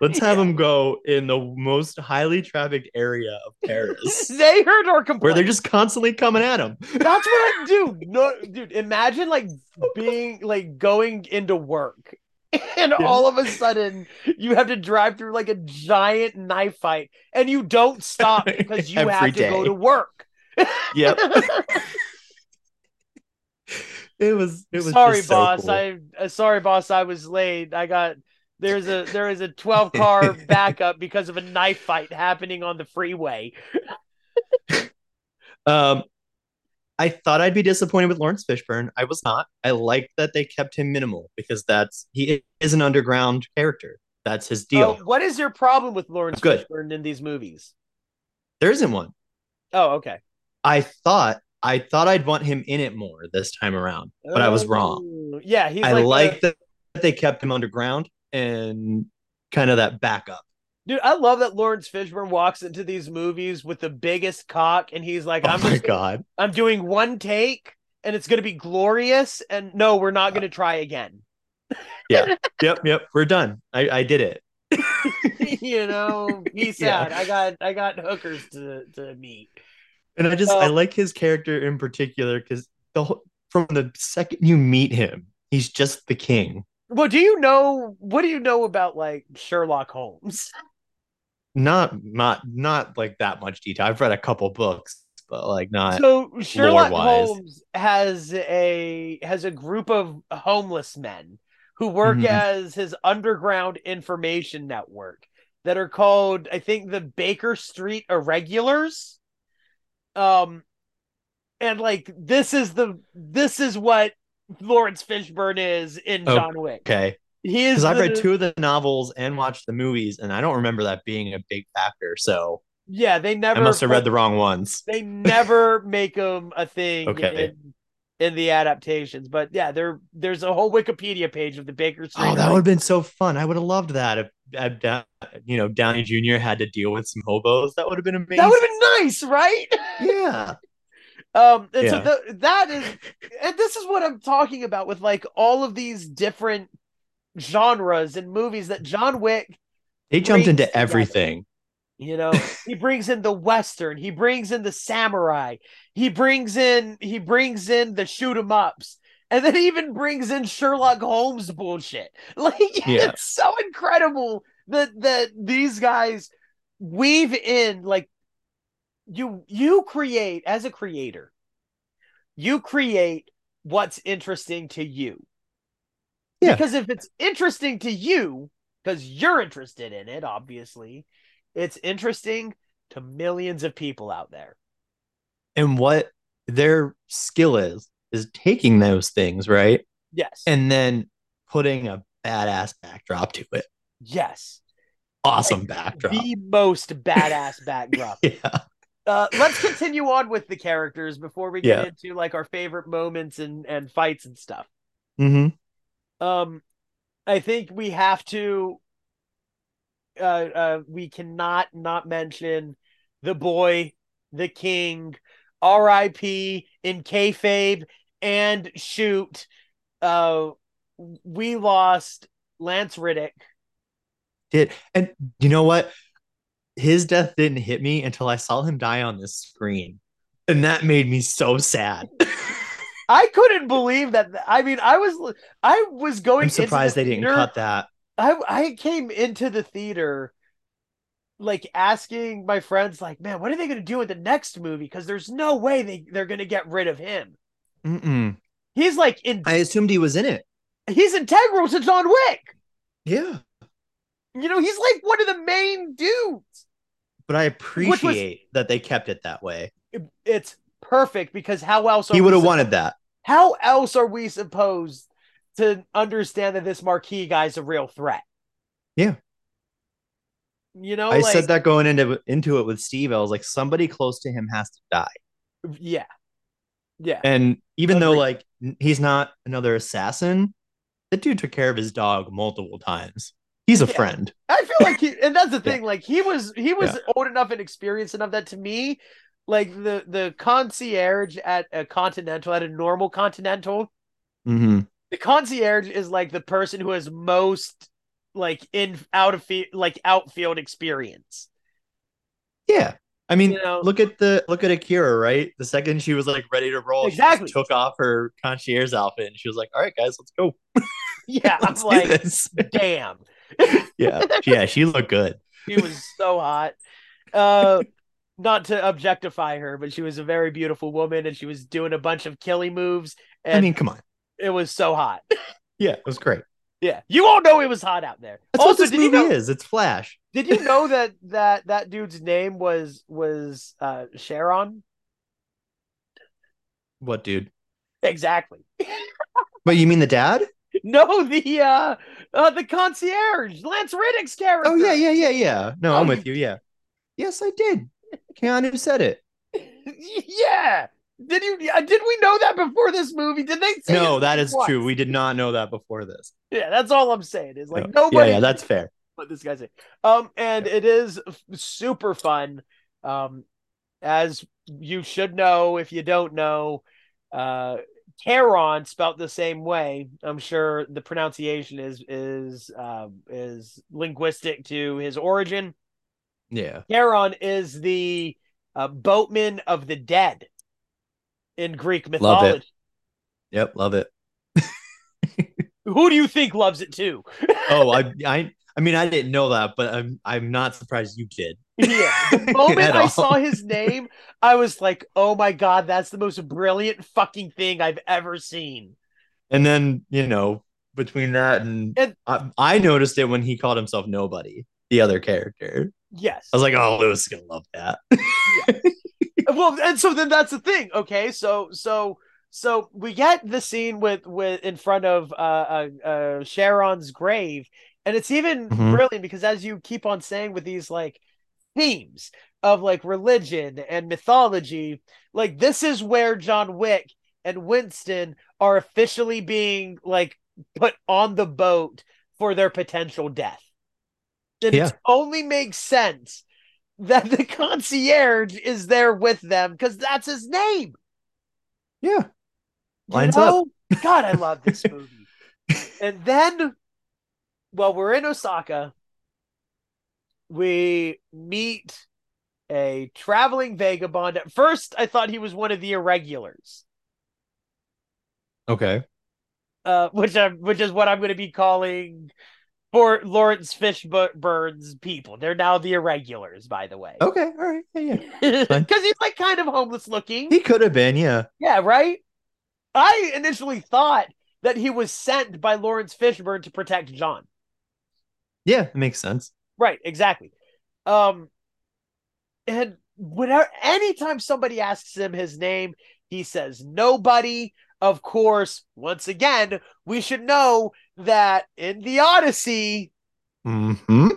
A: Let's have
B: Yeah.
A: him go in the most highly trafficked area of Paris,
B: they heard our
A: where
B: complaint.
A: they're just constantly coming at him.
B: That's what I do. No, dude, imagine like being like going into work and all of a sudden you have to drive through like a giant knife fight and you don't stop because you
A: Every
B: have to go
A: day.
B: to work.
A: Yep, it was. It was
B: sorry,
A: just so
B: boss.
A: cool.
B: I uh, sorry, boss. I was late. I got there's a there is a 12 car backup because of a knife fight happening on the freeway. Uh,
A: Um, I thought I'd be disappointed with Lawrence Fishburne. I was not. I liked that they kept him minimal because that's he is an underground character. That's his deal.
B: Oh, what is your problem with Lawrence
A: Good.
B: Fishburne in these movies?
A: There isn't one.
B: Oh, okay.
A: I thought I thought I'd want him in it more this time around, but I was wrong.
B: Oh, Yeah, he's
A: I
B: like,
A: like,
B: the-
A: that that they kept him underground and kind of that backup.
B: dude. I love that Lawrence Fishburne walks into these movies with the biggest cock, and he's like,
A: Oh
B: "I'm
A: my
B: just,
A: god.
B: I'm doing one take, and it's gonna be glorious." And no, we're not gonna try again.
A: Yep, yep. We're done. I, I did it.
B: you know, peace
A: Yeah.
B: out. I got, I got hookers to to meet.
A: And I just I
B: Uh,
A: like his character in particular because the whole, from the second you meet him, he's just the king.
B: Well, do you know what do you know about like Sherlock Holmes?
A: not not not like that much detail. I've read a couple books, but like not
B: so Sherlock
A: lore-wise.
B: Holmes has a has a group of homeless men who work
A: Mhm.
B: as his underground information network that are called I think the Baker Street Irregulars. Um and like this is the this is what Lawrence Fishburne is in
A: Oh,
B: John Wick.
A: okay.
B: He is
A: Because I've read
B: the-
A: two of the novels and watched the movies, and I don't remember that being a big factor. So
B: Yeah, they never
A: I must have
B: put-
A: read the wrong ones.
B: they never make them a thing
A: Okay.
B: in, in the adaptations but yeah there there's a whole wikipedia page of the baker street
A: Oh, that
B: Irreg-
A: would have been so fun. I would have loved that if, if Da- you know Downey Jr. had to deal with some hobos. That would have been amazing.
B: that would have been nice right
A: yeah.
B: Um, and
A: Yeah.
B: so tho- that is, and this is what I'm talking about with like all of these different genres and movies that John Wick,
A: They jumped
B: brings
A: into
B: together.
A: everything.
B: you know, he brings in the western, he brings in the samurai, he brings in he brings in the shoot 'em ups, and then he even brings in Sherlock Holmes bullshit. Like
A: Yeah.
B: it's so incredible that that these guys weave in like you you create as a creator, you create what's interesting to you.
A: Yeah.
B: Because if it's interesting to you, because you're interested in it, obviously, it's interesting to millions of people out there.
A: And what their skill is, is taking those things, right?
B: Yes.
A: And then putting a badass backdrop to it.
B: yes.
A: Awesome backdrop.
B: The most badass backdrop.
A: yeah.
B: Uh, let's continue on with the characters before we get
A: Yeah.
B: into like our favorite moments and, and fights and stuff.
A: hmm
B: Um, I think we have to. Uh, uh, we cannot not mention the boy, the king, R.I.P. in kayfabe and shoot. Uh, we lost Lance Riddick.
A: Did and you know what? His death didn't hit me until I saw him die on this screen. And that made me so sad.
B: I couldn't believe that. I mean, I was I was going.
A: I'm
B: into the
A: surprised they didn't
B: theater-
A: cut that.
B: I I came into the theater like asking my friends like, "Man, what are they going to do in the next movie because there's no way they they're going to get rid of him."
A: Mm-mm.
B: He's like in
A: I assumed he was in it.
B: he's integral to John Wick.
A: Yeah.
B: You know, he's like one of the main dudes.
A: But I appreciate that they kept it that way.
B: It- It's perfect because how else are
A: he
B: we
A: would have
B: sup-
A: wanted that.
B: How else are we supposed to understand that this marquee guy's a real threat?
A: Yeah.
B: You know,
A: I
B: like,
A: said that going into into it with Steve. I was like, somebody close to him has to die.
B: Yeah. Yeah.
A: And even though
B: Agreed.
A: like n- he's not another assassin, the dude took care of his dog multiple times. He's a
B: Yeah.
A: friend.
B: I feel like he, and that's the
A: Yeah.
B: thing. Like he was, he was old enough and experienced enough that to me, like the the concierge at a continental, at a normal continental,
A: Mhm.
B: the concierge is like the person who has most like in out of field, like outfield experience.
A: Yeah. I mean,
B: You know-
A: look at the look at Akira, right? The second she was like ready to roll, she
B: Exactly.
A: just took off her concierge outfit and she was like, "All right, guys, let's go."
B: Yeah,
A: Let's
B: I'm
A: do
B: like,
A: this.
B: damn,
A: yeah, yeah, she looked good.
B: she was so hot. Uh, not to objectify her, but she was a very beautiful woman, and she was doing a bunch of killy moves, and
A: I mean, come on,
B: it was so hot.
A: yeah, it was great.
B: Yeah, you all know it was hot out there.
A: That's
B: also,
A: what this
B: did you
A: movie
B: know?
A: is. It's Flash.
B: Did you know that that that dude's name was was uh Sharon?
A: What, dude?
B: Exactly.
A: But you mean the dad?
B: No, the uh, uh the concierge, Lance Riddick's character.
A: Oh yeah, yeah, yeah, yeah. No,
B: Oh,
A: I'm
B: you
A: with you. Yeah. Yes, I did. Keanu said it.
B: yeah. Did you? uh, Did we know that before this movie? Did they? Say
A: No,
B: it?
A: that is
B: What?
A: true. We did not know that before this.
B: Yeah, that's all I'm saying. Is like
A: No.
B: nobody.
A: Yeah, yeah, that's fair.
B: what this guy's saying. Um, and it is f- super fun. Um, as you should know, if you don't know, uh, Charon spelt the same way. I'm sure the pronunciation is is um, is linguistic to his origin.
A: Yeah.
B: Charon is the uh, boatman of the dead in Greek
A: it.
B: mythology.
A: Yep, love it.
B: Who do you think loves it too?
A: Oh, I I I mean I didn't know that, but I'm I'm not surprised you did.
B: Yeah. The moment
A: At
B: I
A: all.
B: saw his name, I was like, oh my God, that's the most brilliant fucking thing I've ever seen.
A: And then, you know, between that and,
B: And-
A: I, I noticed it when he called himself nobody, the other character.
B: Yes.
A: I was like, oh, Lewis is gonna love that.
B: well, and so then that's the thing. Okay. So, so, so we get the scene with, with in front of, uh, uh, uh Sharon's grave. And it's even
A: Mhm.
B: brilliant because as you keep on saying with these like themes of like religion and mythology, like this is where John Wick and Winston are officially being like put on the boat for their potential death. And
A: Yeah.
B: it only makes sense that the concierge is there with them because that's his name.
A: Yeah.
B: You
A: Lines up.
B: know? God, I love this movie. and then, while we're in Osaka, we meet a traveling vagabond. At first, I thought he was one of the irregulars,
A: Okay.
B: uh, which I which is what I'm going to be calling for Lawrence Fishburne's people. They're now the irregulars, by the way,
A: Okay. All right. Yeah. yeah.
B: because he's like kind of homeless looking.
A: He could have been. Yeah.
B: Yeah, right? I initially thought that he was sent by Lawrence Fishburne to protect John.
A: Yeah. It makes sense.
B: Right, exactly. Um and whenever anytime somebody asks him his name, he says nobody. Of course, once again, we should know that in the Odyssey,
A: hmm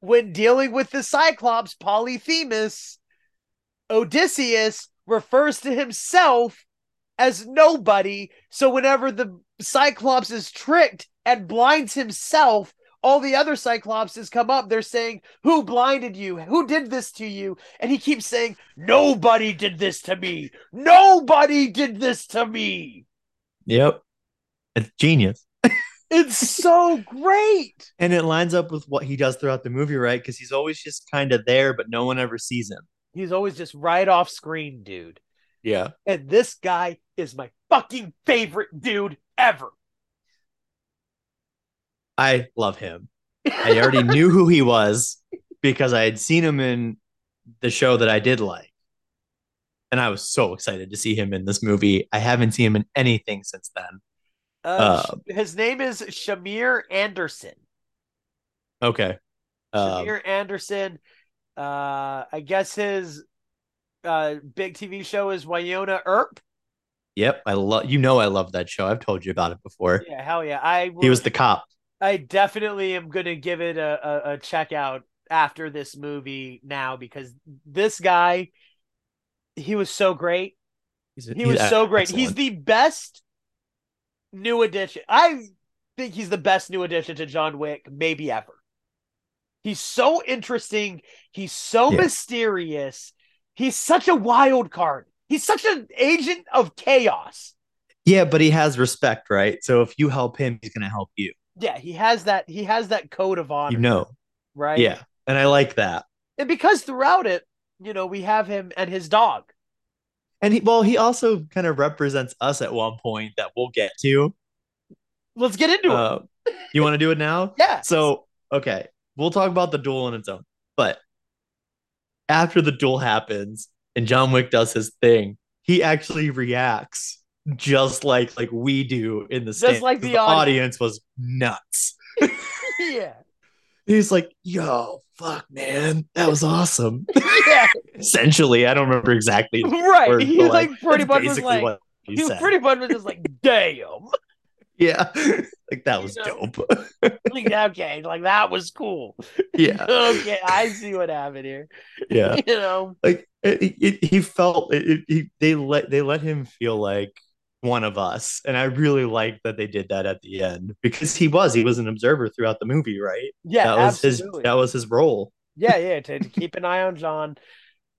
B: when dealing with the Cyclops Polyphemus, Odysseus refers to himself as nobody. So whenever the Cyclops is tricked and blinds himself, all the other Cyclopses come up. They're saying, Who blinded you? Who did this to you? And he keeps saying, Nobody did this to me. Nobody did this to me.
A: Yep. It's genius.
B: It's so great.
A: And it lines up with what he does throughout the movie, right? Because he's always just kind of there, but no one ever sees him.
B: He's always just right off screen, dude.
A: Yeah.
B: and this guy is my fucking favorite dude ever.
A: I love him. I already knew who he was because I had seen him in the show that I did like. And I was so excited to see him in this movie. I haven't seen him in anything since then.
B: Uh, sh- his name is Shamir Anderson.
A: Okay. Um,
B: Shamir Anderson. Uh, I guess his uh, big TV show is Wyona Earp.
A: yep. I love, you know, I love that show. I've told you about it before.
B: Yeah, hell yeah. I will,
A: He was the cop.
B: I definitely am gonna give it a, a, a check out after this movie now because this guy, he was so great.
A: He's,
B: He was so great. He's
A: excellent.
B: the best new addition. I think he's the best new addition to John Wick, maybe ever. He's so interesting. He's so
A: Yeah.
B: mysterious. He's such a wild card. He's such an agent of chaos.
A: yeah, but he has respect, right? So if you help him, he's going to help you.
B: Yeah, he has that. He has that code of honor,
A: You know.
B: right?
A: Yeah. And I like that.
B: and because throughout it, you know, we have him and his dog.
A: And he, well, he also kind of represents us at one point that we'll get to.
B: Let's get into it.
A: Uh, you want to do it now?
B: Yeah.
A: So, okay, we'll talk about the duel on its own. But after the duel happens and John Wick does his thing, he actually reacts just like like we do in the
B: Just
A: stand-
B: like
A: 'cause
B: the
A: audience was nuts.
B: yeah.
A: He's like, "Yo, fuck, man, that was awesome."
B: Yeah.
A: Essentially, I don't remember exactly. the
B: right.
A: words,
B: he
A: but,
B: like pretty
A: that's
B: much was
A: basically
B: like
A: what he
B: he was
A: said.
B: pretty much was just like, damn.
A: yeah, like that was
B: know.
A: dope.
B: Like, okay, like that was cool.
A: yeah,
B: Okay, I see what happened here.
A: yeah.
B: You know,
A: like it, it, it- he felt it, it, he, they let they let him feel like one of us and i really liked that they did that at the end because he was he was an observer throughout the movie right
B: yeah,
A: that was
B: absolutely.
A: his that was his role
B: Yeah, yeah, to, to keep an eye on John.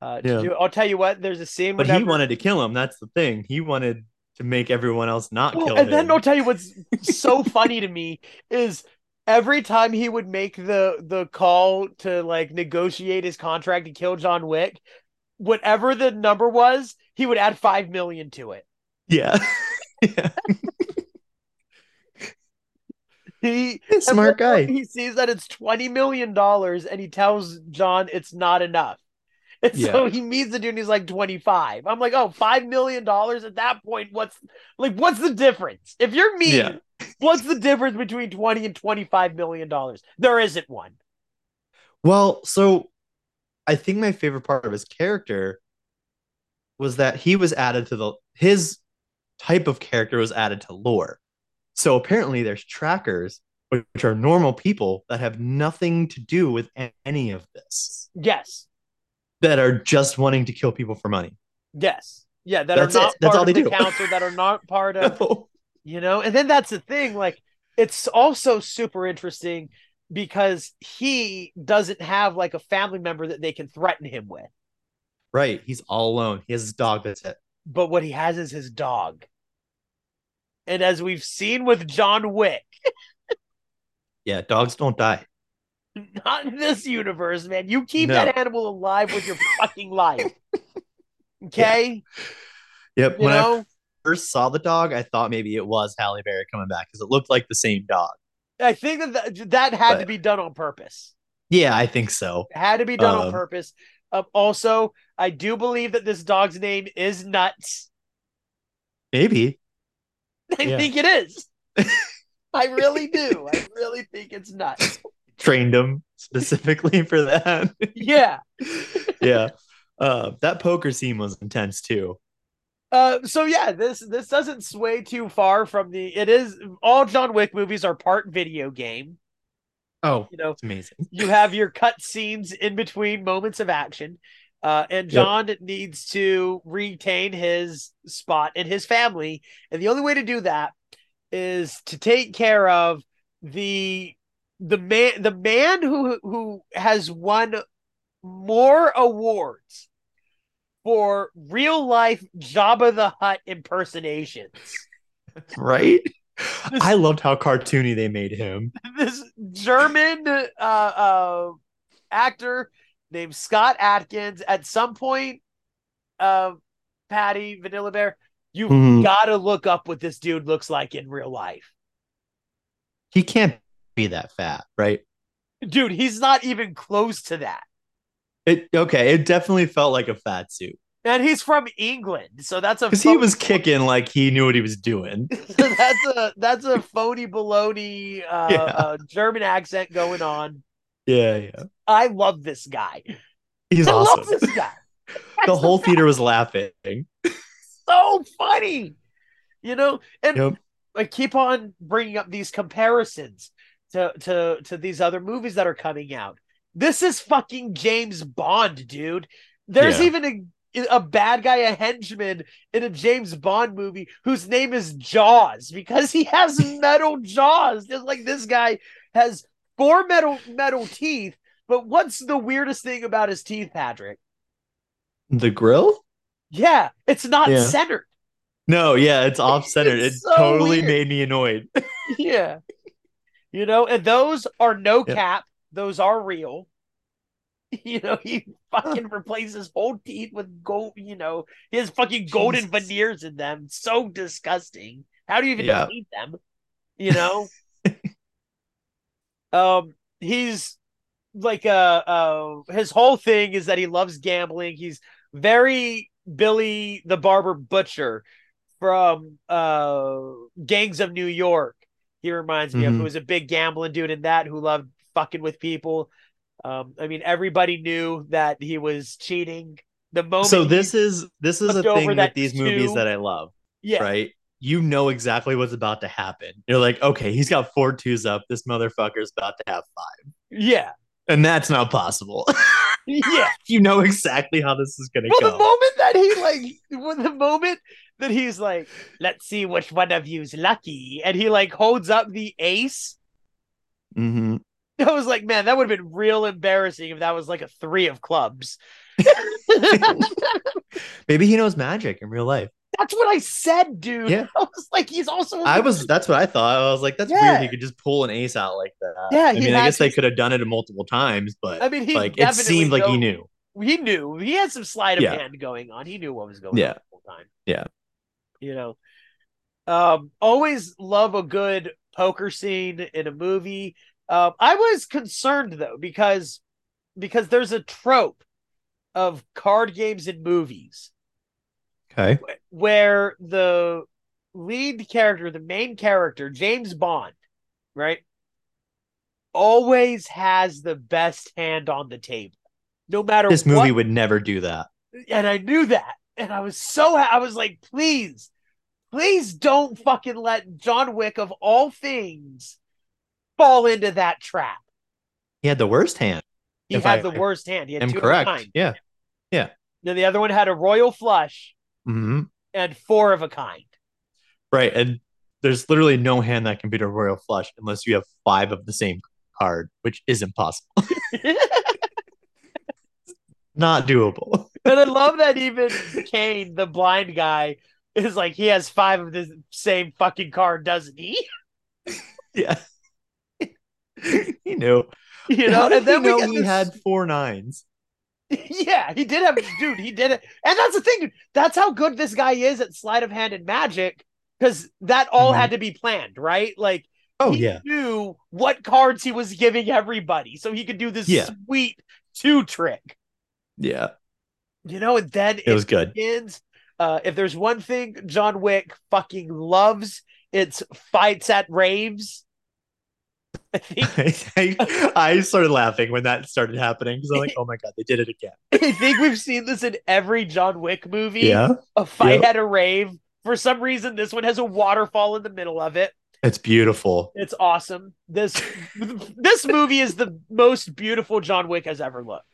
B: Uh, to
A: Yeah.
B: do- I'll tell you what. There's a scene,
A: but
B: whenever,
A: he wanted to kill him that's the thing he wanted to make everyone else not
B: Well,
A: kill
B: and
A: him
B: then I'll tell you what's so funny to me is every time he would make the the call to like negotiate his contract to kill John Wick, whatever the number was, he would add five million to it.
A: yeah yeah
B: He And
A: smart
B: then
A: guy
B: He sees that it's twenty million dollars, and he tells John it's not enough. And so he meets the dude, and he's like twenty five. I'm like, oh, five million dollars at that point. What's like, what's the difference? If you're me,
A: Yeah.
B: what's the difference between twenty and twenty five million dollars? There isn't one.
A: well so i think my favorite part of his character was that he was added to the his type of character was added to lore. So apparently there's trackers which are normal people that have nothing to do with a- any of this
B: Yes,
A: that are just wanting to kill people for money.
B: yes, yeah. That
A: That's
B: are
A: it.
B: not
A: That's
B: part
A: all
B: of
A: they do.
B: the council. That are not part of
A: No.
B: you know and then that's the thing like it's also super interesting because he doesn't have like a family member that they can threaten him with
A: Right, he's all alone. He has his dog that's it.
B: but what he has is his dog. And as we've seen with John Wick,
A: Yeah, dogs don't die.
B: not in this universe, man. You keep
A: No.
B: that animal alive with your fucking life. Okay?
A: Yep.
B: You
A: when I
B: know?
A: first saw the dog, I thought maybe it was Halle Berry coming back because it looked like the same dog.
B: I think that th- that had to
A: But-
B: be done on purpose.
A: Yeah, I think so.
B: It had to be done on
A: Um,
B: purpose. Um, also, I do believe that this dog's name is Nuts.
A: Maybe.
B: I
A: Yeah.
B: think it is. I really do. I really think it's Nuts.
A: Trained him specifically for that.
B: Yeah.
A: yeah. Uh, that poker scene was intense too.
B: Uh, so yeah, this this doesn't sway too far from the. It is all John Wick movies are part video game.
A: Oh,
B: You know,
A: it's amazing.
B: you have your cut scenes in between moments of action uh, and john needs to retain his spot in his family and the only way to do that is to take care of the the man the man who who has won more awards for real life Jabba the Hutt impersonations.
A: Right? I loved how cartoony they made him.
B: this German uh, uh, actor named Scott Atkins. At some point, uh, Patty Vanilla Bear, you've
A: Mhm.
B: got to look up what this dude looks like in real life.
A: He can't be that fat, right?
B: Dude, he's not even close to that.
A: It okay, it definitely felt like a fat suit.
B: And he's from England, so that's a
A: Because he
B: phony-
A: was kicking like he knew what he was doing.
B: that's a that's a phony baloney uh,
A: Yeah.
B: uh, German accent going on.
A: Yeah, yeah.
B: I love this guy.
A: He's
B: I
A: awesome.
B: love this guy.
A: The
B: That's
A: whole theater was laughing.
B: so funny. You know, and
A: Yep.
B: I keep on bringing up these comparisons to to to these other movies that are coming out. This is fucking James Bond, dude. There's
A: Yeah.
B: even a a bad guy, a henchman in a James Bond movie whose name is Jaws because he has metal jaws. Just like this guy has four metal metal teeth. But what's the weirdest thing about his teeth, Patrick?
A: The grill?
B: Yeah, it's not
A: Yeah.
B: centered.
A: No, yeah, it's off center. It
B: It's so
A: totally
B: weird.
A: made me annoyed.
B: yeah. You know, and those are no
A: Yep.
B: cap. Those are real. You know, he fucking replaces whole teeth with gold, you know, he has fucking golden
A: Jesus.
B: veneers in them. So disgusting. How do you even
A: Yeah.
B: eat them? You know? um he's like uh uh his whole thing is that he loves gambling. He's very Billy the Barber Butcher from uh Gangs of New York. He reminds me of
A: Mhm.
B: who was a big gambling dude in that who loved fucking with people. Um, I mean, everybody knew that he was cheating. The moment,
A: So
B: he-
A: this is this is a
B: flipped over
A: thing
B: that
A: with these
B: two-
A: movies that I love,
B: yeah,
A: right? You know exactly what's about to happen. You're like, okay, he's got four twos up. This motherfucker's about to have five.
B: yeah,
A: And that's not possible.
B: yeah.
A: you know exactly how this is gonna
B: Well,
A: go.
B: the moment that he like, well, the moment that he's like, let's see which one of you's lucky, and he like holds up the ace.
A: mm-hmm.
B: I was like, man, that would have been real embarrassing if that was like a three of clubs.
A: Maybe he knows magic in real life.
B: That's what I said, dude.
A: Yeah.
B: I was like, he's also.
A: I was that's what I thought. I was like, that's
B: Yeah.
A: weird. He could just pull an ace out like that.
B: Yeah,
A: I
B: he
A: mean, I
B: has
A: guess they
B: his-
A: could have done it multiple times, but
B: I mean, he
A: like it
B: definitely
A: seemed like he
B: knows-
A: knew.
B: He knew. He had some sleight of
A: Yeah.
B: hand going on. He knew what was going
A: Yeah.
B: on the whole time.
A: Yeah.
B: You know. Um, always love a good poker scene in a movie. Um, I was concerned though, because because there's a trope of card games in movies
A: Okay.
B: where the lead character, the main character, James Bond, right, always has the best hand on the table, no matter
A: This movie
B: what.
A: would never do that.
B: And I knew that, and I was so ha- I was like, please, please don't fucking let John Wick of all things fall into that trap.
A: He had the worst hand.
B: He
A: If
B: had
A: I
B: the worst hand. He had
A: am
B: two of
A: correct.
B: a kind.
A: Yeah.
B: Then the other one had a royal flush
A: hmm
B: and four of a kind.
A: Right. And there's literally no hand that can beat a royal flush unless you have five of the same card, which is impossible. Not doable.
B: And I love that even Kane, the blind guy, is like he has five of the same fucking car, doesn't he?
A: Yeah. he knew.
B: You
A: How
B: know,
A: did
B: and then
A: he know
B: we get
A: he
B: this-
A: had four nines.
B: Yeah, he did have, dude. He did it, and that's the thing, dude. That's how good this guy is at sleight of hand and magic, because that all
A: Mhm.
B: had to be planned, right? Like,
A: Oh
B: he
A: yeah.
B: knew what cards he was giving everybody, so he could do this
A: Yeah.
B: sweet two trick,
A: Yeah.
B: you know. And then
A: It was good.
B: begins. Uh, if there's one thing John Wick fucking loves, it's fights at raves. I think
A: I, I started laughing when that started happening because I'm like, oh my god, they did it again.
B: I think we've seen this in every John Wick movie.
A: Yeah.
B: a fight
A: Yep.
B: at a rave. For some reason, this one has a waterfall in the middle of it.
A: It's beautiful.
B: It's awesome. This this movie is the most beautiful John Wick has ever looked.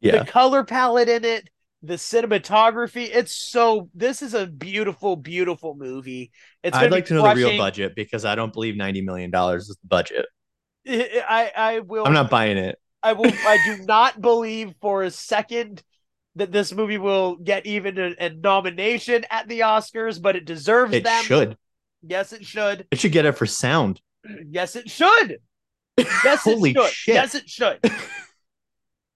A: Yeah.
B: The color palette in it, the cinematography. It's so. This is a beautiful, beautiful movie. It's gonna
A: I'd
B: be
A: like to know the real
B: crushing.
A: budget because I don't believe ninety million dollars is the budget.
B: I I will.
A: I'm not buying it.
B: I will. I do not believe for a second that this movie will get even a, a nomination at the Oscars, but it deserves
A: It
B: them.
A: should.
B: Yes, it should.
A: It should get it for sound.
B: Yes, it should. Yes,
A: Holy
B: it should.
A: shit.
B: Yes, it should.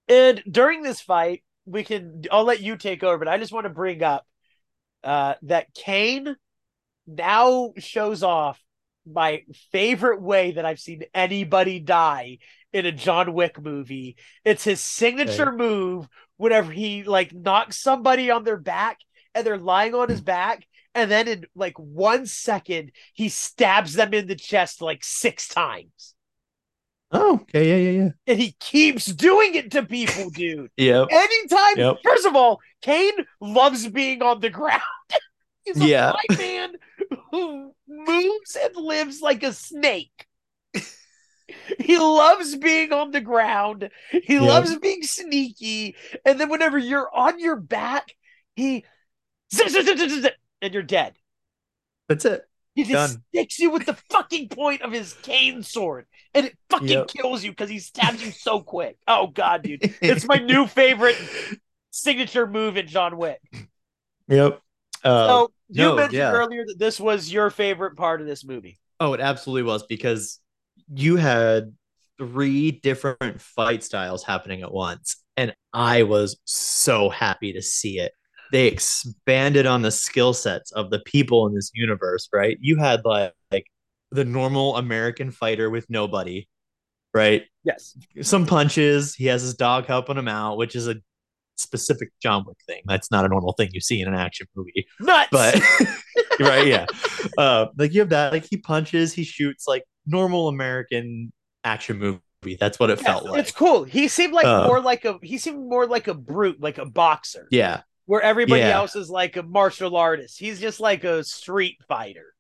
B: and during this fight, we can. I'll let you take over, but I just want to bring up uh, that Kane now shows off my favorite way that I've seen anybody die in a John Wick movie. It's his signature move whenever he like knocks somebody on their back and they're lying on his back. And then in like one second, he stabs them in the chest like six times
A: Oh, okay, yeah, yeah, yeah.
B: and he keeps doing it to people, dude.
A: Yep.
B: Anytime,
A: Yep.
B: first of all, Kane loves being on the ground. He's a
A: Yeah.
B: fly man who moves and lives like a snake. he loves being on the ground. He
A: Yep.
B: loves being sneaky. And then whenever you're on your back, he zip, zip, zip, zip, zip, zip, and you're dead.
A: That's it.
B: He just
A: Done.
B: sticks you with the fucking point of his cane sword, and it fucking
A: Yep.
B: kills you because he stabs you so quick. Oh god, dude, it's my new favorite signature move in John Wick.
A: Yep. Uh,
B: so you
A: no,
B: mentioned
A: yeah.
B: earlier that this was your favorite part of this movie.
A: Oh, it absolutely was because you had three different fight styles happening at once. And I was so happy to see it. They expanded on the skill sets of the people in this universe, right? You had like, like the normal American fighter with nobody, right?
B: Yes,
A: Some punches. He has his dog helping him out, which is a specific John Wick thing. That's not a normal thing you see in an action movie
B: nuts.
A: but right yeah uh, like you have that like he punches he shoots like normal american action movie that's what it
B: Yes,
A: felt like
B: it's cool. He seemed like
A: Uh.
B: more like a he seemed more like a brute, like a boxer,
A: yeah
B: where everybody
A: Yeah.
B: else is like a martial artist. He's just like a street fighter.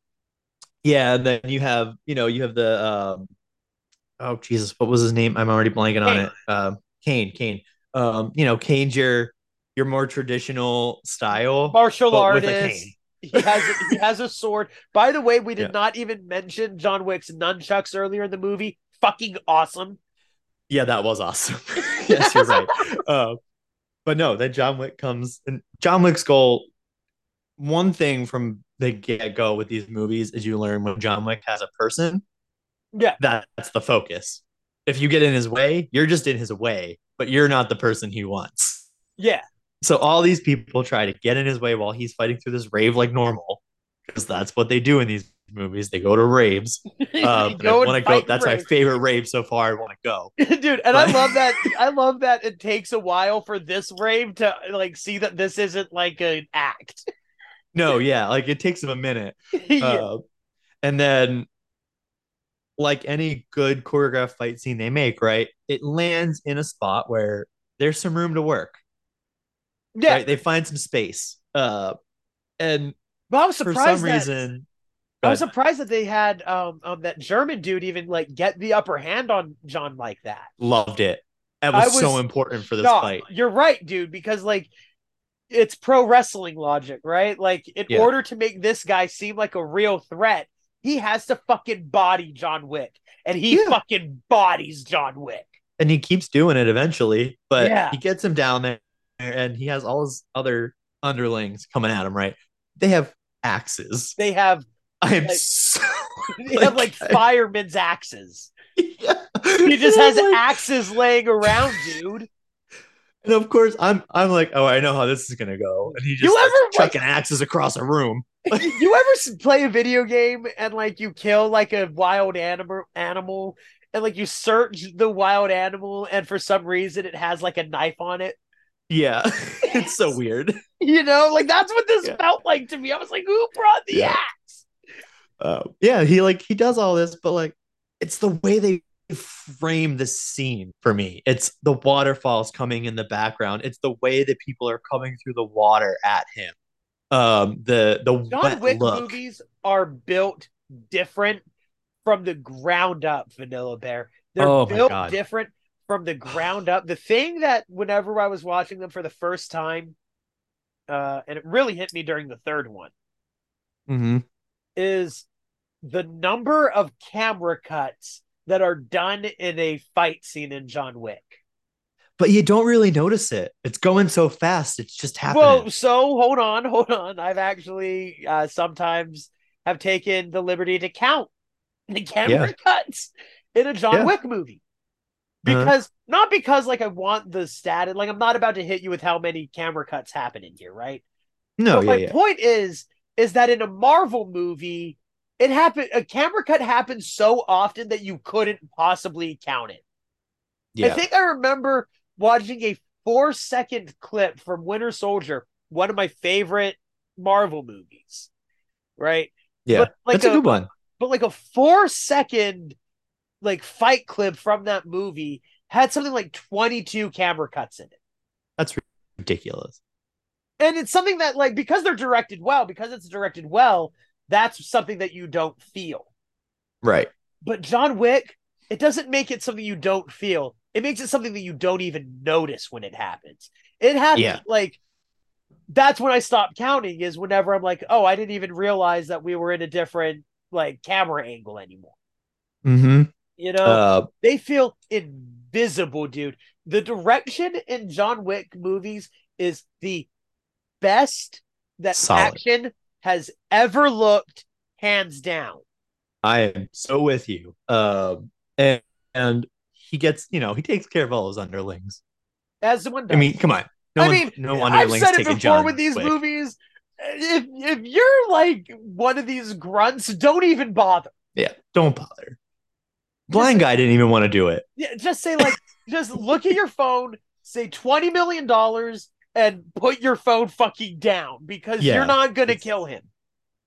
A: yeah and then you have you know you have the um oh jesus what was his name i'm already blanking on
B: Kane.
A: it um kane kane um you know kane's your your more traditional style
B: martial
A: but with a
B: artist.
A: cane.
B: He has a, he has a sword. By the way, we
A: Yeah.
B: did not even mention John Wick's nunchucks earlier in the movie. Fucking awesome.
A: Yeah, that was awesome. yes, you're right. Uh, but no, then John Wick comes, and John Wick's goal. One thing from the get go with these movies is you learn when John Wick has a person.
B: Yeah.
A: that's the focus. If you get in his way, you're just in his way, but you're not the person he wants.
B: Yeah.
A: So all these people try to get in his way while he's fighting through this rave like normal, because that's what they do in these movies. They go to raves. Um, and I
B: Go and
A: want to go.
B: fight
A: That's my
B: Rick.
A: favorite rave so far. I want to go.
B: dude. And I
A: But-
B: love that. I love that it takes a while for this rave to like see that this isn't like an act.
A: No, yeah, like it takes him a minute.
B: Yeah.
A: Uh, and then, like any good choreographed fight scene they make, right? It lands in a spot where there's some room to work.
B: yeah,
A: Right? They find some space. Uh, and
B: but I was
A: for
B: surprised.
A: some
B: that,
A: reason,
B: I was
A: Go
B: surprised that they had um, um that German dude even like get the upper hand on John like that.
A: loved it. That
B: I
A: was, so
B: was
A: important for this
B: Stop.
A: fight.
B: You're right, dude, because like it's pro wrestling logic, right? Like in
A: Yeah.
B: order to make this guy seem like a real threat, he has to fucking body John Wick. And he
A: Yeah.
B: fucking bodies John Wick.
A: And he keeps doing it eventually, but
B: Yeah.
A: he gets him down there. and he has all his other underlings coming at him, right? They have axes.
B: They have
A: I'm
B: Like-
A: so
B: they have like
A: I-
B: firemen's axes.
A: yeah.
B: He just has
A: I'm like-
B: axes laying around, dude.
A: And of course, I'm I'm like, oh, I know how this is gonna go. And he just
B: You
A: starts
B: ever, like-
A: chucking axes across a room.
B: you ever s- play a video game and like you kill like a wild animal animal and like you search the wild animal and for some reason it has like a knife on it?
A: Yeah, it's so weird.
B: You know, like that's what this
A: Yeah.
B: felt like to me. I was like, who brought the
A: Yeah.
B: axe?
A: Uh, yeah, he like he does all this, but like it's the way they frame the scene for me. It's the waterfalls coming in the background. It's the way that people are coming through the water at him. Um, the the
B: John
A: wet
B: Wick
A: look.
B: movies are built different from the ground up, Vanilla Bear. They're
A: Oh my
B: built
A: God.
B: different from the ground up. The thing that whenever I was watching them for the first time, uh, and it really hit me during the third one,
A: Mhm.
B: is the number of camera cuts that are done in a fight scene in John Wick.
A: But you don't really notice it. It's going so fast. It's just happening.
B: Well, so hold on, hold on. I've actually uh, sometimes have taken the liberty to count the camera cuts in a John
A: Yeah.
B: Wick movie
A: Uh-huh.
B: because not because like I want the stat and like I'm not about to hit you with how many camera cuts happen in here, right?
A: no,
B: but
A: yeah,
B: my
A: yeah.
B: point is, is that in a Marvel movie, it happened. A camera cut happens so often that you couldn't possibly count it. I
A: yeah.
B: think I remember watching a four second clip from Winter Soldier, one of my favorite Marvel movies. Right?
A: yeah.
B: But like
A: That's a,
B: a,
A: good one.
B: but like a four second like fight clip from that movie had something like twenty two camera cuts in it.
A: Ridiculous.
B: And it's something that like because they're directed well, because it's directed well, that's something that you don't feel.
A: Right.
B: But John Wick, it doesn't make it something you don't feel. It makes it something that you don't even notice when it happens. It happens
A: Yeah.
B: like that's when I stopped counting is whenever I'm like, oh, I didn't even realize that we were in a different like camera angle anymore.
A: Mm-hmm.
B: You know,
A: Uh,
B: they feel invisible, dude. The direction in John Wick movies is the best that
A: Solid.
B: action has ever looked, hands down.
A: I am so with you. Um, and and he gets, you know, he takes care of all his underlings.
B: As the one does.
A: I mean, come on. No
B: I
A: one,
B: mean,
A: no
B: I've
A: underlings
B: said it
A: taking
B: before
A: John
B: with these
A: Wick.
B: movies. If if you're like one of these grunts, don't even bother.
A: Yeah, don't bother. Blind guy didn't even want to do it.
B: Yeah, Just say like, just look at your phone, say twenty million dollars, and put your phone fucking down because
A: Yeah.
B: you're not gonna
A: It's-
B: kill him.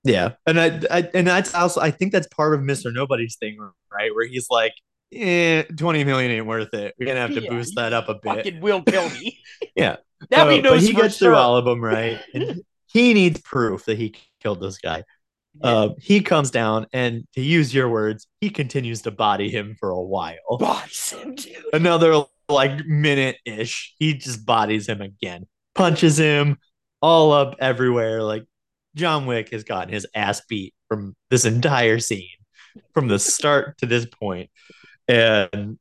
A: Yeah, and I, I and that's also I think that's part of Mister Nobody's thing, right? Where he's like, eh, twenty million ain't worth it. We're gonna have to
B: Yeah,
A: boost that up a bit.
B: Fucking will kill me.
A: Yeah.
B: now he
A: Uh, but
B: knows
A: he
B: for
A: gets
B: sure.
A: through all of them, right? And he needs proof that he killed this guy.
B: Yeah.
A: Um, he comes down, and to use your words, he continues to body him for a while.
B: Bodies him, dude.
A: Another like minute ish, he just bodies him again, punches him all up everywhere. Like John Wick has gotten his ass beat from this entire scene, from the start to this point, and.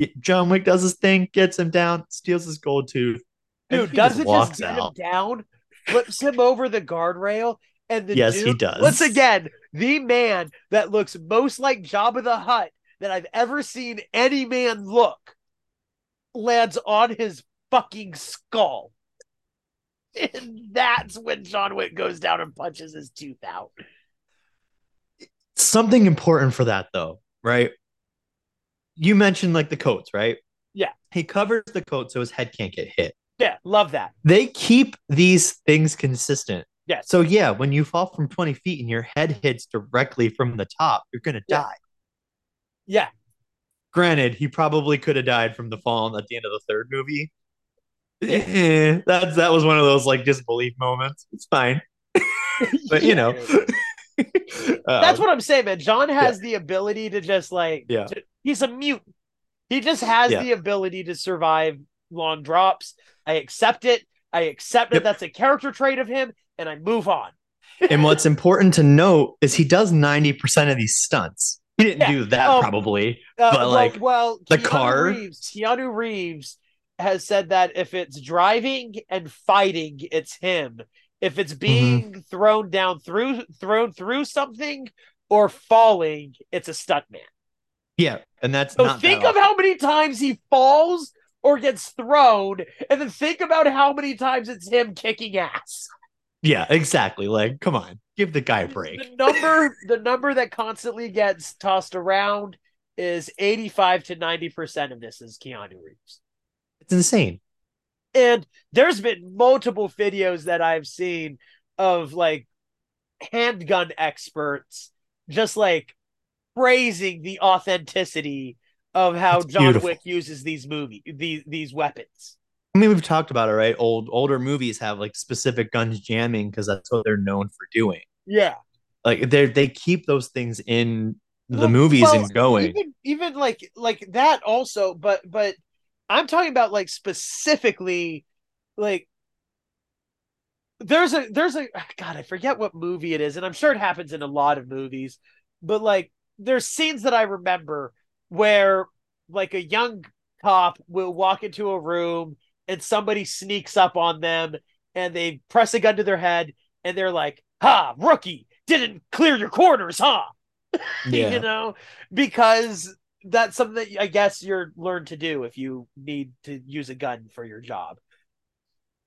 A: it- John Wick does his thing, gets him down, steals his gold tooth. and
B: Dude,
A: he
B: does it
A: walks
B: just get him down, flips him over the guardrail, and the
A: Yes, he
B: dude,
A: does.
B: Once again, the man that looks most like Jabba the Hutt that I've ever seen any man look lands on his fucking skull. And that's when John Wick goes down and punches his tooth out.
A: something important for that though, right? You mentioned like the coats, right?
B: Yeah.
A: He covers the coat so his head can't get hit.
B: Yeah, love that.
A: They keep these things consistent.
B: Yes.
A: So yeah, when you fall from 20 feet and your head hits directly from the top, you're gonna
B: Yeah.
A: die.
B: Yeah.
A: Granted, he probably could have died from the fall at the end of the third movie. Eh, That's that was one of those like disbelief moments. It's fine. But you know.
B: That's
A: Uh,
B: what I'm saying, man. John has the ability to just like
A: Yeah.
B: to- he's a mutant. He just has
A: Yeah.
B: the ability to survive long drops. I accept it. I accept
A: Yep.
B: that that's a character trait of him, and I move on.
A: And what's important to note is he does 90% of these stunts. He didn't
B: Yeah.
A: do that
B: Um,
A: probably.
B: Uh,
A: But,
B: well,
A: like,
B: well,
A: the
B: Keanu
A: car-
B: Reeves, Keanu Reeves has said that if it's driving and fighting, it's him. If
A: Mm-hmm.
B: it's being thrown down through thrown through something or falling, it's a stuntman.
A: Yeah, and that's
B: So
A: not
B: Oh, think
A: that
B: of how many times he falls or gets thrown, and then think about how many times it's him kicking ass.
A: Yeah, exactly. Like, come on, give the guy a break.
B: The number the number that constantly gets tossed around is 85 to 90% of this is Keanu Reeves.
A: It's insane.
B: And there's been multiple videos that I've seen of like handgun experts just like praising the authenticity of how
A: That's
B: John
A: beautiful.
B: Wick uses these movie these these weapons.
A: I mean, we've talked about it, right? Old older movies have like specific guns jamming because that's what they're known for doing.
B: Yeah.
A: Like they they keep those things in the
B: Well-
A: movies
B: well,
A: and going.
B: Even even like like that also, but but I'm talking about like specifically like there's a there's a god, I forget what movie it is, and I'm sure it happens in a lot of movies, but like there's scenes that I remember where like a young cop will walk into a room and somebody sneaks up on them and they press a gun to their head and they're like, Ha, rookie, didn't clear your corners, huh? you know because that's something that i guess you're learned to do if you need to use a gun for your job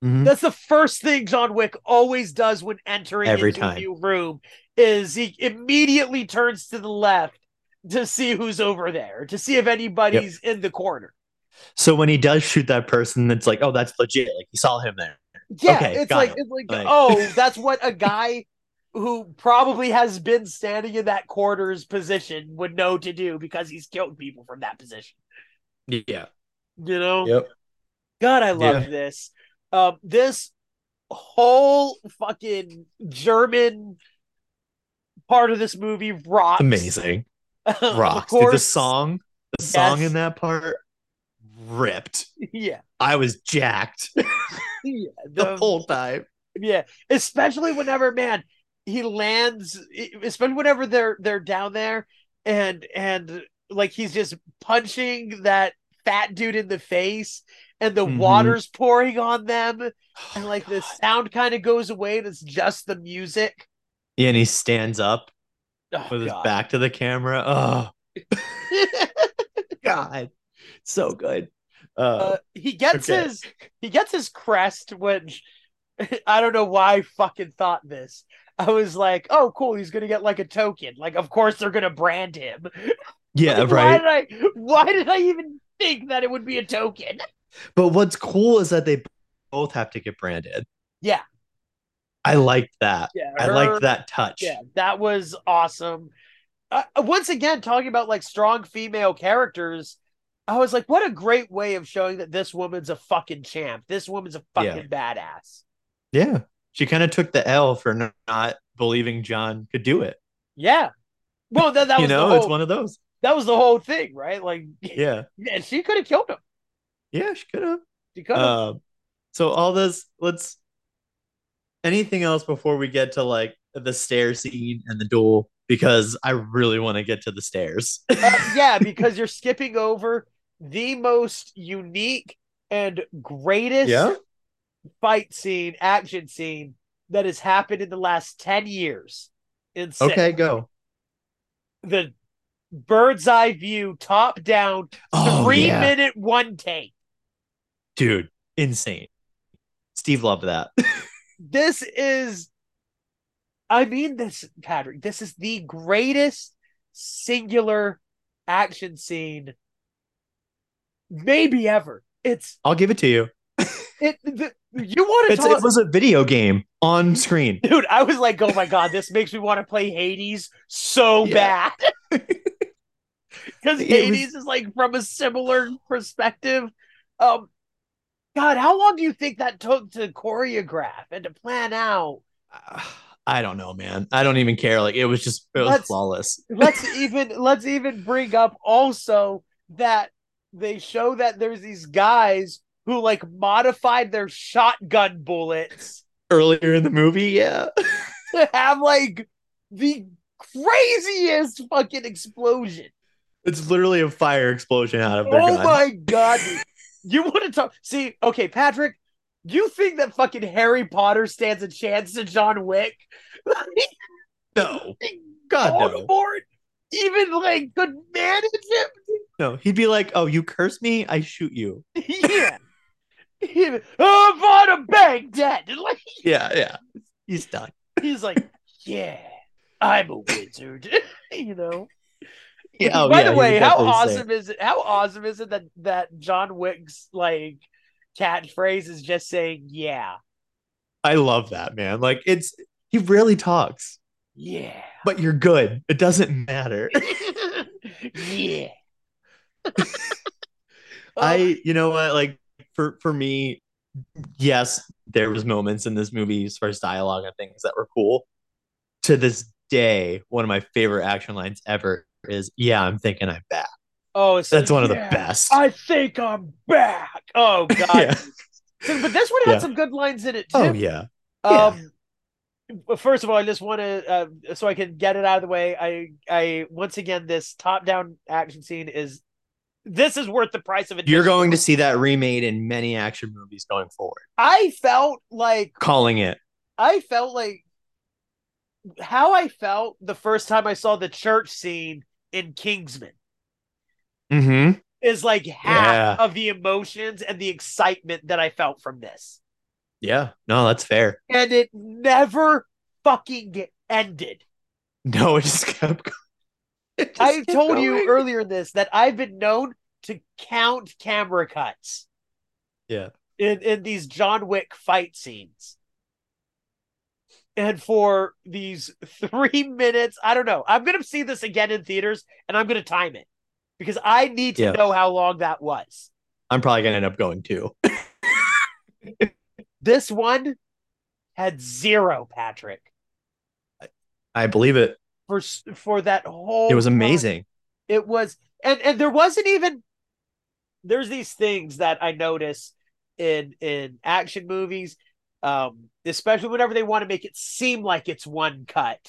A: Mhm.
B: that's the first thing john wick always does when entering
A: Every
B: into a
A: time.
B: new room is he immediately turns to the left to see who's over there to see if anybody's in the corner
A: So when he does shoot that person, it's like, oh, that's legit. Like he saw him there.
B: yeah
A: Okay,
B: it's
A: got
B: like
A: it.
B: it's like
A: Like-
B: oh that's what a guy who probably has been standing in that corner's position would know to do because he's killed people from that position
A: Yeah.
B: you know
A: Yep.
B: God, I love
A: Yeah.
B: this. Um, this whole fucking German part of this movie rocks.
A: Amazing.
B: Of
A: Rocks. Dude, the
B: course.
A: song, the song
B: Yes.
A: in that part ripped.
B: Yeah.
A: I was jacked
B: Yeah.
A: the
B: The,
A: whole time.
B: yeah. Especially whenever, man, he lands, e, especially whenever they're they're down there and and like he's just punching that fat dude in the face and the
A: Mhm.
B: water's pouring on them and like the
A: this.
B: sound kind of goes away and it's just the music.
A: Yeah, and he stands up
B: Oh,
A: with his
B: God.
A: back to the camera. Oh God, so good. Uh,
B: Uh, he gets
A: okay.
B: his he gets his crest which I don't know why I fucking thought this. I was like, oh cool, he's gonna get like a token. Like of course they're gonna brand him.
A: yeah,
B: Like,
A: right.
B: Why did I why did I even think that it would be a token?
A: But what's cool is that they both have to get branded.
B: Yeah.
A: I liked that.
B: Yeah,
A: I
B: her-
A: liked that touch.
B: Yeah, that was awesome. Uh, once again, talking about like strong female characters, I was like, what a great way of showing that this woman's a fucking champ. This woman's a
A: Yeah.
B: fucking badass.
A: Yeah. She kind of took the L for n- not believing John could do it.
B: Yeah. Well, that, that
A: you
B: was
A: know,
B: the whole,
A: it's one of those.
B: that was the whole thing, right? Like,
A: Yeah.
B: yeah, she could have killed him.
A: Yeah, she could have.
B: She could have.
A: Um, so all this, let's anything else before we get to like the stair scene and the duel because I really want to get to the stairs.
B: Uh, yeah, because you're skipping over the most unique and greatest
A: Yeah.
B: fight scene, action scene that has happened in the last 10 years. In Sith.
A: Okay, go.
B: The bird's eye view, top down,
A: Oh,
B: three
A: yeah.
B: minute one take.
A: dude, insane. Steve loved that.
B: this is i mean this patrick this is the greatest singular action scene maybe ever it's
A: I'll give it to you.
B: it the, you want to
A: It's, it
B: talk
A: was a video game on screen.
B: dude i was like oh my god this makes me want to play hades so
A: Yeah.
B: bad because
A: It was-
B: hades is like from a similar perspective um god how long do you think that took to choreograph and to plan out
A: I don't know, man. I don't even care. Like it was just it was
B: Let's-
A: flawless.
B: let's even let's even bring up also that they show that there's these guys who like modified their shotgun bullets
A: Earlier in the movie, yeah.
B: to have like the craziest fucking explosion.
A: It's literally a fire explosion out of their
B: Oh
A: gun.
B: my god. dude. You want to talk? See, okay, Patrick, you think that fucking Harry Potter stands a chance to John Wick?
A: No,
B: Oh
A: God no,
B: Voldemort even like could manage him?
A: no. He'd be like, "Oh, you curse me, I shoot you."
B: yeah. Even- oh, I'm on a bank debt. Like,
A: Yeah, yeah. He's done.
B: he's like, yeah, I'm a wizard. you know.
A: Yeah. oh,
B: By
A: yeah,
B: the
A: he'd
B: way, how
A: definitely say it.
B: awesome is it? How awesome is it that that John Wick's like catchphrase is just saying, yeah,
A: I love that man. Like it's he really talks,
B: yeah,
A: but you're good. It doesn't matter.
B: yeah.
A: I you know what like for for me yes there was moments in this movie as far as dialogue and things that were cool to this day one of my favorite action lines ever is yeah I'm thinking I'm back
B: oh, so,
A: that's one of the
B: yeah,
A: best
B: I think I'm back. Oh God!
A: Yeah.
B: But this one had
A: Yeah.
B: some good lines in it too.
A: oh yeah Yeah.
B: Um, well, first of all, I just want to, uh, so I can get it out of the way. I, I once again, this top-down action scene is, this is worth the price of it.
A: you're going to see that remade in many action movies going forward
B: I felt like
A: calling it
B: I felt like how I felt the first time I saw the church scene in Kingsman
A: mm-hmm
B: is like half
A: Yeah.
B: of the emotions and the excitement that I felt from this,
A: yeah no that's fair
B: and it never fucking ended.
A: no it just kept going It just
B: I
A: kept
B: told you
A: going.
B: earlier in this that I've been known to count camera cuts.
A: Yeah.
B: In in these John Wick fight scenes. And for these three minutes, I don't know. I'm gonna see this again in theaters and I'm gonna time it. Because I need to
A: Yeah.
B: know how long that was.
A: I'm probably gonna end up going too
B: This one had zero, Patrick.
A: I believe it
B: For s- for that whole
A: it was
B: time.
A: amazing
B: it was and and there wasn't even there's these things that i notice in in action movies um especially whenever they want to make it seem like it's one cut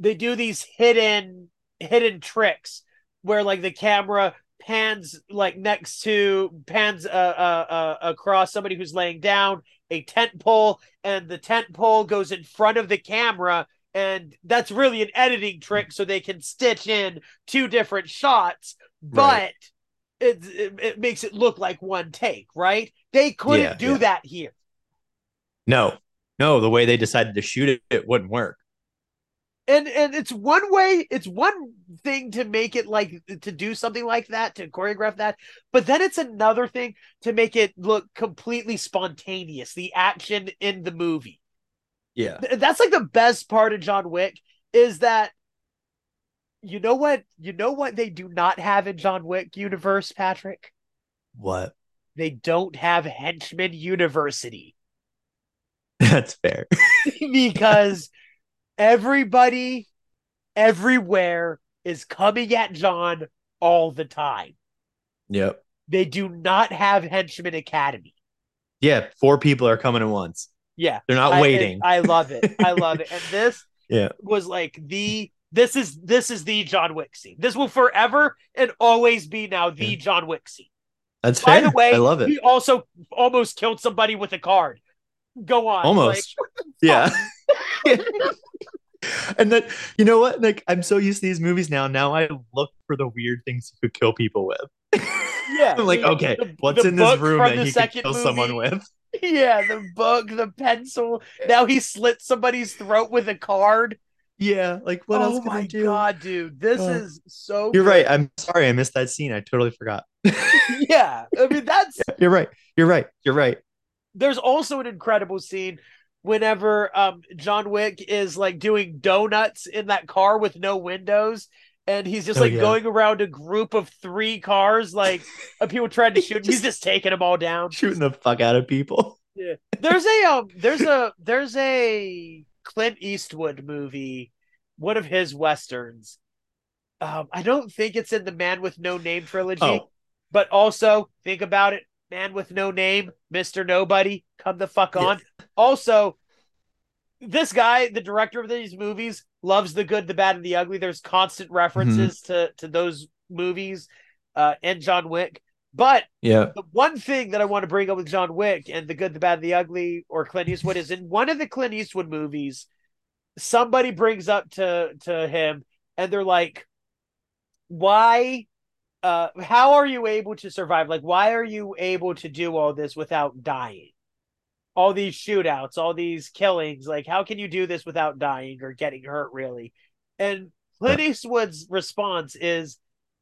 B: they do these hidden hidden tricks where like the camera pans like next to pans uh, uh, uh across somebody who's laying down a tent pole and the tent pole goes in front of the camera and that's really an editing trick so they can stitch in two different shots but
A: Right.
B: it, it it makes it look like one take right they couldn't
A: Yeah,
B: do
A: yeah.
B: that here
A: No, no, the way they decided to shoot it, it wouldn't work.
B: and and it's one way it's one thing to make it like to do something like that to choreograph that but then it's another thing to make it look completely spontaneous the action in the movie
A: Yeah.
B: Th- that's like the best part of John Wick is that you know what you know what they do not have in John Wick universe Patrick
A: What?
B: they don't have henchman university
A: That's fair.
B: because everybody everywhere is coming at John all the time
A: Yep.
B: they do not have henchman academy
A: Yeah. Four people are coming at once.
B: yeah
A: They're not
B: I-
A: waiting.
B: I, love it. I love it. And this
A: Yeah.
B: was like the this is this is the John Wick scene. This will forever and always be now the
A: Yeah.
B: John Wick scene.
A: That's
B: By
A: fair.
B: the way,
A: I love it.
B: He also almost killed somebody with a card. Go on.
A: Almost. yeah. and then you know what? Like I'm so used to these movies now. Now I look for the weird things you could kill people with.
B: Like, yeah.
A: I'm like,
B: the-
A: okay,
B: the-
A: what's
B: the
A: in this
B: book
A: room
B: from
A: that
B: the
A: you could
B: second
A: kill
B: movie.
A: someone with?
B: Yeah, the book, the pencil. Now he slit somebody's throat with a card.
A: Yeah. Like what
B: oh
A: else could
B: my
A: I do?
B: god, dude. This
A: Uh,
B: is so
A: You're
B: good.
A: right. I'm sorry. I missed that scene. I totally forgot.
B: Yeah. I mean that's
A: You're right. You're right. You're right.
B: there's also an incredible scene whenever um John Wick is like doing donuts in that car with no windows and he's just
A: Oh,
B: like
A: yeah.
B: going around a group of three cars like of people trying to shoot him. he's just taking them all down
A: Shooting the fuck out of people.
B: there's a um there's a there's a Clint Eastwood movie one of his westerns um I don't think it's in the Man with No Name trilogy
A: Oh,
B: but also think about it man with no name mr nobody come the fuck
A: Yeah.
B: on also this guy the director of these movies loves the good the bad and the
A: Mm-hmm.
B: ugly there's constant references to to those movies uh and john wick But
A: Yeah.
B: the one thing that I want to bring up with John Wick and the good, the bad, and the ugly, or Clint Eastwood, is in one of the Clint Eastwood movies, somebody brings up to to him and they're like, "Why? Uh, how are you able to survive? Like, why are you able to do all this without dying? All these shootouts, all these killings. Like, how can you do this without dying or getting hurt? Really?" And Clint Eastwood's response is,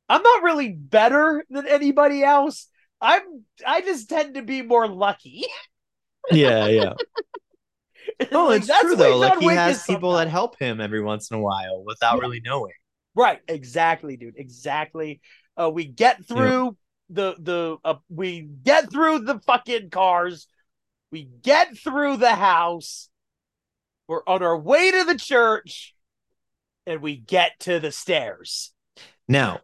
B: "I'm not really better than anybody else." I'm I just tend to be more lucky.
A: Yeah. Yeah. No, Oh,
B: Like,
A: it's
B: that's
A: true
B: why
A: though.
B: John
A: Like he
B: Wick
A: has
B: is
A: people that
B: sometimes.
A: help him every once in a while without
B: Yeah.
A: really knowing.
B: Right, exactly, dude. Exactly. Uh, we get through the the uh, we get through the fucking cars. We get through the house. We're on our way to the church, and we get to the stairs.
A: Now,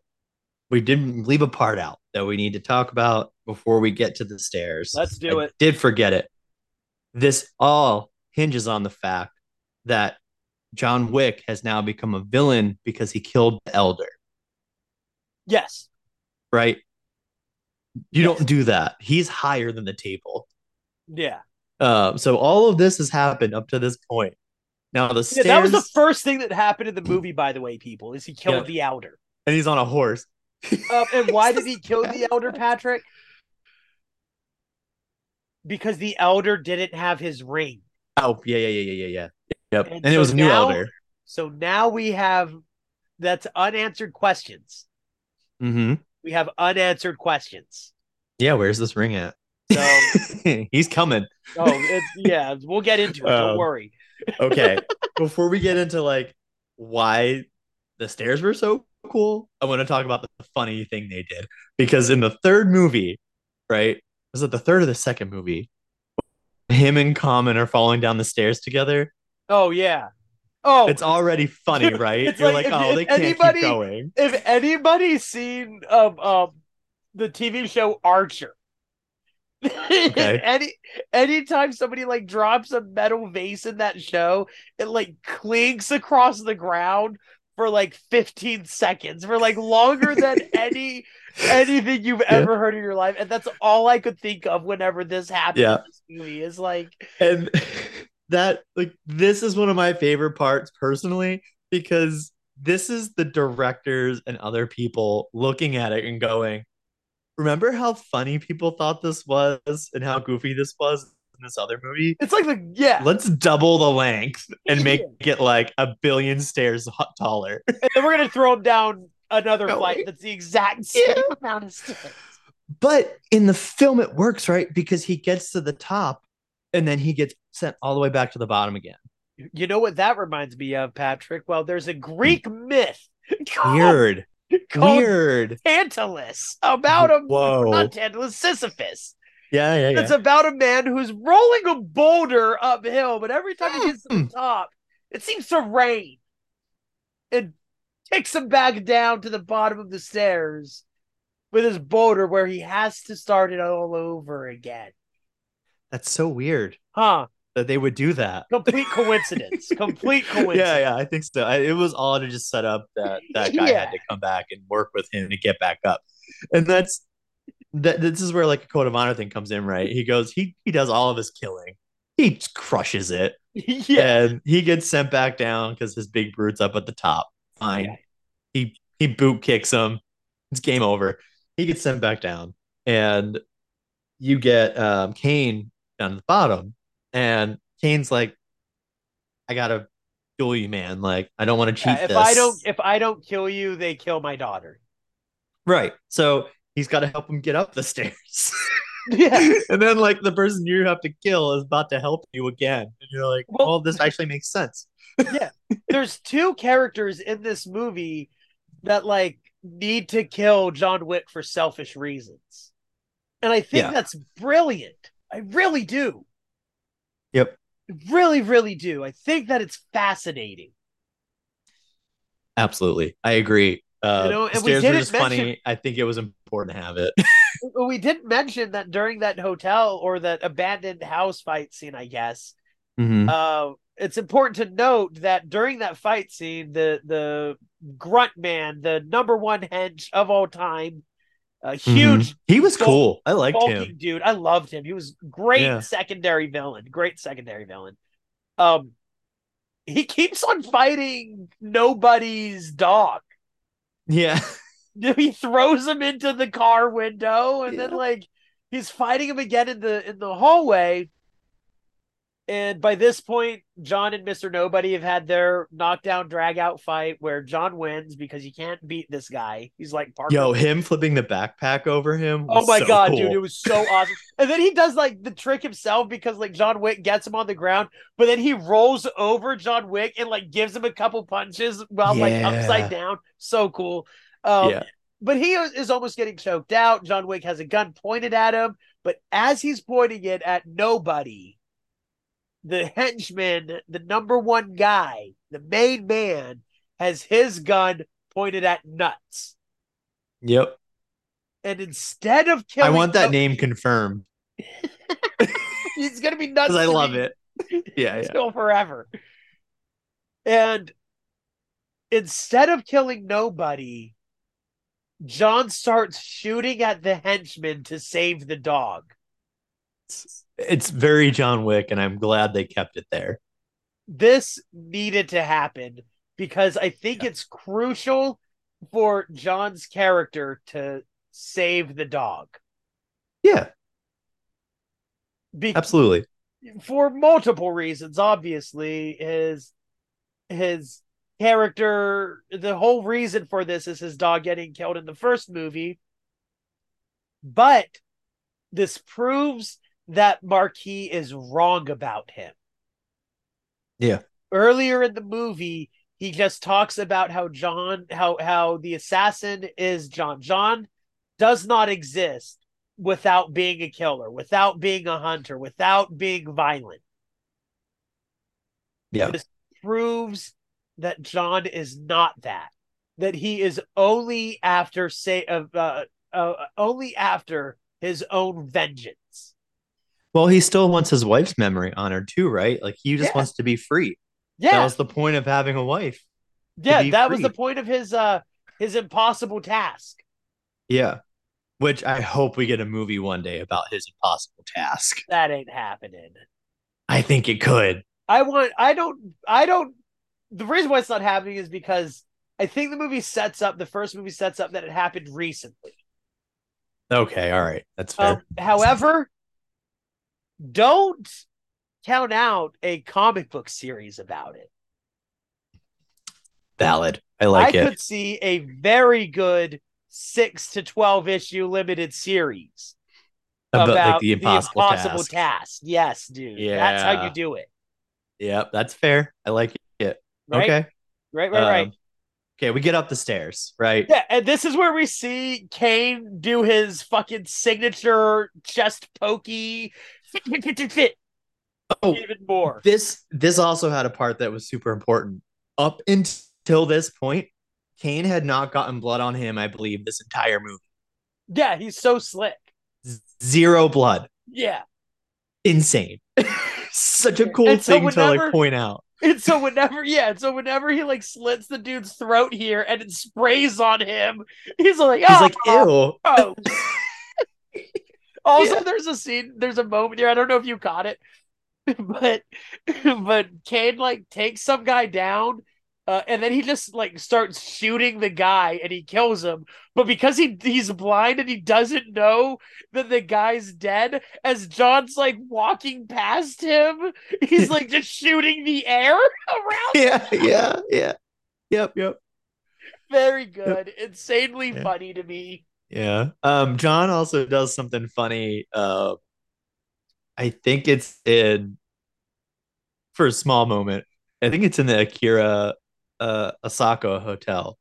A: we didn't leave a part out that we need to talk about before we get to the stairs.
B: Let's do
A: I
B: it.
A: Did forget it. This all hinges on the fact that John Wick has now become a villain because he killed the elder,
B: Yes,
A: right? You
B: Yes.
A: don't do that. He's higher than the table.
B: yeah.
A: Um, so all of this has happened up to this point. Now the
B: yeah
A: stairs,
B: that was the first thing that happened in the movie, by the way, people. Is he killed
A: Yeah.
B: the elder?
A: and he's on a horse.
B: Um, and why did he kill the elder Patrick? Because the elder didn't have his ring.
A: Oh, yeah, yeah, yeah, yeah, yeah, yeah. Yep.
B: And
A: And, it
B: so
A: was a new
B: now-
A: elder.
B: So now we have that's unanswered questions.
A: hmm
B: We have unanswered questions.
A: Yeah, where's this ring at?
B: So oh,
A: he's coming.
B: it's, yeah, we'll get into it. Don't
A: Um,
B: worry.
A: Okay. Before we get into like why the stairs were so cool, I want to talk about the funny thing they did because in the third movie, right? Was it the third or the second movie? Him and Common are falling down the stairs together.
B: Oh yeah. Oh,
A: It's already funny,
B: Dude,
A: right?
B: it's
A: You're
B: like
A: like,
B: if-
A: oh,
B: if
A: they can't
B: anybody-
A: keep going.
B: if anybody's seen um um the TV show Archer.
A: Okay.
B: Any anytime somebody like drops a metal vase in that show, it like clinks across the ground for like 15 seconds, for like longer than any anything you've ever heard in your life. And that's all I could think of whenever this happened
A: Yeah.
B: in this movie is like
A: and that like this is one of my favorite parts personally because this is the directors and other people looking at it and going remember how funny people thought this was and how goofy this was in this other movie
B: it's like the yeah.
A: let's double the length and make it like a billion stairs h- taller
B: And then we're gonna throw him down another
A: No.
B: flight that's the exact same
A: Yeah.
B: amount of stairs.
A: but in the film it works right because he gets to the top and then he gets sent all the way back to the bottom again
B: You know what that reminds me of, Patrick? Well, there's a Greek myth called,
A: weird
B: called
A: Hmm. weird
B: Tantalus about a
A: Whoa.
B: oh, not Tantalus, Sisyphus.
A: yeah yeah yeah
B: It's about a man who's rolling a boulder uphill, but every time he gets to the
A: Hmm.
B: top, it seems to rain. It kicks him back down to the bottom of the stairs with his boulder where he has to start it all over again.
A: That's so weird
B: Huh.
A: that they would do that.
B: Complete coincidence. Complete coincidence.
A: Yeah, yeah, I think so. I, it was all to just set up that that guy
B: Yeah.
A: had to come back and work with him to get back up, and that's that. This is where like a code of honor thing comes in, right? He goes, he he does all of his killing, he crushes it,
B: yeah.
A: and he gets sent back down because his big brute's up at the top. Fine,
B: Yeah.
A: he he boot kicks him. It's game over. He gets sent back down, and you get um, Kane down at the bottom, and Kane's like, "I gotta duel you, man. Like, I don't want to cheat
B: Yeah, if
A: this.
B: I don't if I don't kill you, they kill my daughter.
A: right." So he's got to help him get up the stairs,
B: Yeah.
A: and then like the person you have to kill is about to help you again, and you're like,
B: Well-
A: "Well, this actually makes sense."
B: There's two characters in this movie that like need to kill John Wick for selfish reasons. And I think
A: Yeah.
B: that's brilliant. I really do.
A: Yep.
B: Really, really do. I think that it's fascinating.
A: Absolutely, I agree. Uh,
B: You know, and we
A: stairs were
B: didn't
A: just funny.
B: mention-
A: I think it was important to have it.
B: Well, We did mention that during that hotel or that abandoned house fight scene, I guess,
A: Mhm.
B: Uh, it's important to note that during that fight scene, the the grunt man, the number one hench of all time, A huge
A: He was
B: Bul-
A: cool. I Mm-hmm. liked
B: bulky
A: him.
B: dude. I loved him. He was great
A: Yeah.
B: secondary villain. Great secondary villain. Um, he keeps on fighting nobody's dog.
A: Yeah.
B: he throws him into the car window and then
A: Yeah.
B: like he's fighting him again in the in the hallway and by this point john and mr nobody have had their knockdown drag out fight where john wins because you can't beat this guy he's like Parker.
A: Yo, him flipping the backpack over him.
B: oh
A: was
B: my
A: so
B: god
A: cool.
B: dude it was so awesome and then he does like the trick himself because like john wick gets him on the ground but then he rolls over john wick and like gives him a couple punches while like
A: Yeah.
B: upside down so cool um,
A: yeah.
B: but he is is almost getting choked out. John Wick has a gun pointed at him, but as he's pointing it at nobody, the henchman, the number one guy, the main man, has his gun pointed at nuts.
A: Yep.
B: And instead of
A: I
B: killing,
A: want that
B: Nuts-
A: name confirmed
B: It's gonna be nuts.
A: because I
B: to
A: love
B: me.
A: it. Yeah. Yeah.
B: Still forever. And instead of killing nobody, John starts shooting at the henchman to save the dog.
A: It's very John Wick, and I'm glad they kept it there.
B: this needed to happen because I think it's crucial for John's character to save the dog.
A: Yeah.
B: Be-
A: Absolutely.
B: For multiple reasons, obviously, his his character the whole reason for this is his dog getting killed in the first movie. But this proves that Marquis is wrong about him.
A: Yeah.
B: Earlier in the movie, he just talks about how John, how how the assassin is John. John does not exist without being a killer, without being a hunter, without being violent.
A: Yeah.
B: This proves that John is not that. That he is only after say of uh, uh, only after his own vengeance.
A: Well, he still wants his wife's memory honored too, right? Like he just
B: Yeah.
A: wants to be free. That
B: Yeah,
A: was the point of having a wife.
B: yeah,
A: be
B: that was
A: free.
B: the point of his uh his impossible task.
A: Yeah. Which I hope we get a movie one day about his impossible task.
B: That ain't happening.
A: I think it could.
B: I want I don't I don't the reason why it's not happening is because I think the movie sets up the first movie sets up that it happened recently.
A: Okay. All right. That's fair.
B: Um, however, don't count out a comic book series about it.
A: Valid. I like
B: I
A: it.
B: could see a very good six to twelve issue limited series
A: about,
B: about,
A: like the impossible, task.
B: task. Yes, dude. That's how
A: Yeah.
B: you do it.
A: Yeah, that's fair. I like it.
B: Right?
A: Okay.
B: Right, right, right.
A: Um, okay, we get up the stairs, right?
B: Yeah, and this is where we see Kane do his fucking signature chest pokey. Fit, fit, fit, fit,
A: Oh,
B: Even more.
A: this this also had a part that was super important. Up until this point, Kane had not gotten blood on him, I believe, this entire movie.
B: Yeah, he's so slick.
A: Z- Zero blood.
B: Yeah.
A: Insane. Such a cool
B: And so
A: thing to
B: whenever-
A: like point out.
B: And so whenever, yeah, and so whenever he like slits the dude's throat here and it sprays on him, he's like,
A: He's
B: oh,
A: like, ew.
B: Oh. also,
A: Yeah.
B: there's a scene, there's a moment here. I don't know if you caught it, but but Kane like takes some guy down, uh, and then he just like starts shooting the guy and he kills him. But because he he's blind and he doesn't know that the guy's dead, as John's like walking past him, he's like just shooting the air around.
A: Yeah, yeah, yeah. Yep, yep.
B: Very good, insanely
A: Yeah.
B: funny to me.
A: Yeah. Um, John also does something funny. Uh, I think it's in for a small moment. I think it's in the Akira uh, Asako hotel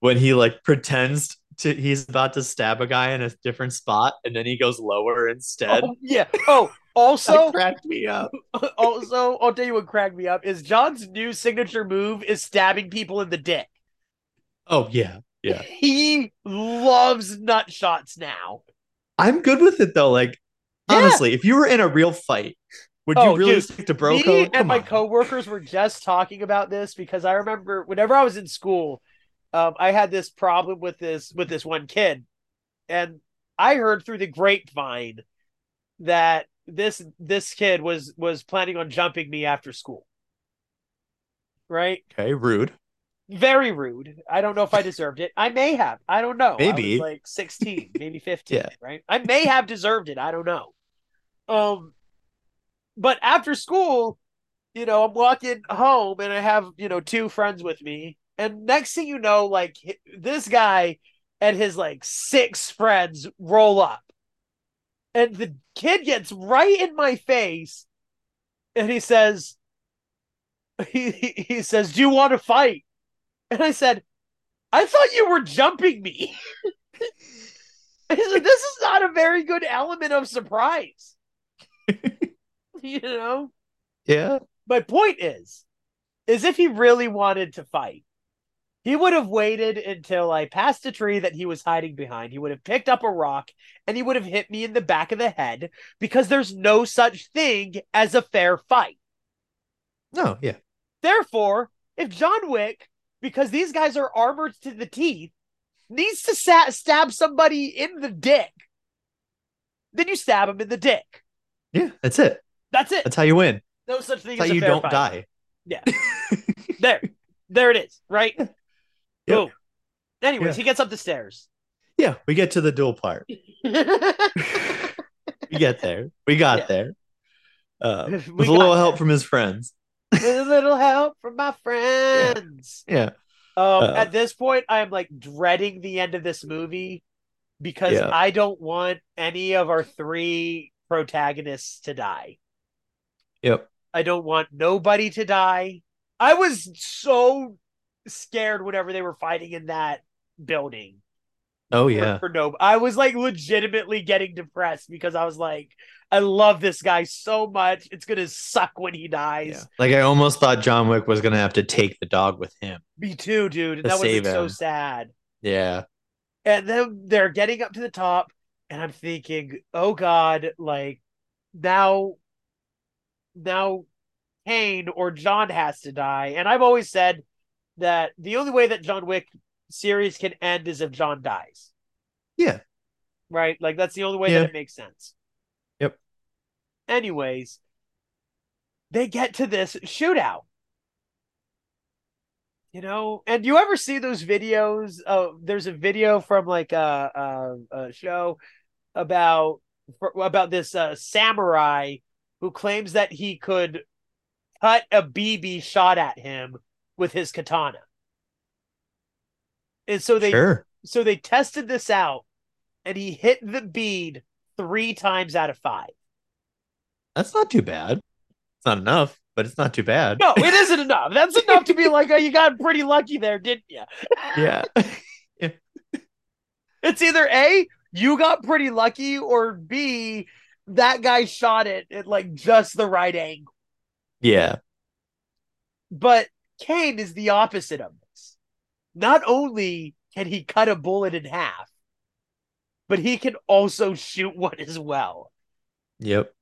A: when he like pretends to he's about to stab a guy in a different spot and then he goes lower instead.
B: Oh, yeah. Oh, also.
A: That cracked me up.
B: also, I'll tell you what cracked me up is John's new signature move is stabbing people in the dick.
A: Oh yeah, yeah.
B: He loves nut shots now.
A: I'm good with it though. Like
B: Yeah.
A: honestly, if you were in a real fight, would
B: Oh,
A: you really
B: dude.
A: stick to bro
B: me
A: code?
B: and
A: Come
B: my
A: on.
B: coworkers were just talking about this because I remember whenever I was in school, um, I had this problem with this with this one kid and I heard through the grapevine that this this kid was was planning on jumping me after school. Right?
A: Okay, rude.
B: Very rude. I don't know if I deserved it. I may have. I don't know. I was
A: Maybe.
B: like 16, maybe 15,
A: Yeah.
B: right? I may have deserved it. I don't know. Um but after school, you know, I'm walking home and I have, you know, two friends with me. And next thing you know, like hi- this guy and his like six friends roll up. And the kid gets right in my face and he says, he, he- he says, Do you want to fight? And I said, I thought you were jumping me. I said, This is not a very good element of surprise. you know?
A: Yeah.
B: my point is is if he really wanted to fight he would have waited until i passed a tree that he was hiding behind he would have picked up a rock and he would have hit me in the back of the head because there's no such thing as a fair fight
A: No, yeah.
B: therefore if john wick because these guys are armored to the teeth needs to sa- stab somebody in the dick then you stab him in the dick
A: Yeah, that's it.
B: that's it
A: That's how you win.
B: no such thing
A: That's
B: as
A: how
B: a
A: you
B: fair
A: don't
B: fight.
A: die.
B: there there it is right Boom. anyways
A: Yeah.
B: he gets up the stairs
A: Yeah, we get to the dual part.
B: we
A: we get there. We got
B: Yeah.
A: there. Uh, with a
B: got
A: little help from his friends.
B: with a little help from my friends
A: Yeah.
B: um
A: Uh,
B: at this point i'm like dreading the end of this movie because
A: Yeah.
B: i don't want any of our three protagonists to die
A: Yep.
B: i don't want nobody to die i was so scared whenever they were fighting in that building
A: Oh
B: for-
A: yeah.
B: for, no i was like legitimately getting depressed because i was like i love this guy so much it's gonna suck when he
A: yeah.
B: dies
A: Like I almost thought John Wick was gonna have to take the dog with him.
B: me too dude and
A: To
B: that was like,
A: save
B: so
A: him.
B: sad
A: Yeah.
B: and then they're getting up to the top and i'm thinking oh god like now now kane or john has to die and i've always said that the only way that john wick series can end is if john dies
A: Yeah.
B: right? Like that's the only way
A: Yeah.
B: that it makes sense.
A: Yep.
B: Anyways, they get to this shootout. You know, and you ever see those videos? Of, there's a video from like a, a, a show about for- about this uh, samurai who claims that he could cut a BB shot at him with his katana. And so they
A: sure.
B: so they tested this out and he hit the bead three times out of five
A: That's not too bad. It's not enough, but it's not too bad.
B: no it isn't enough that's enough to be like oh you got pretty lucky there didn't you
A: Yeah.
B: it's either a you got pretty lucky or b that guy shot it at like just the right angle
A: Yeah.
B: but kane is the opposite of this not only can he cut a bullet in half but he can also shoot one as well
A: Yep.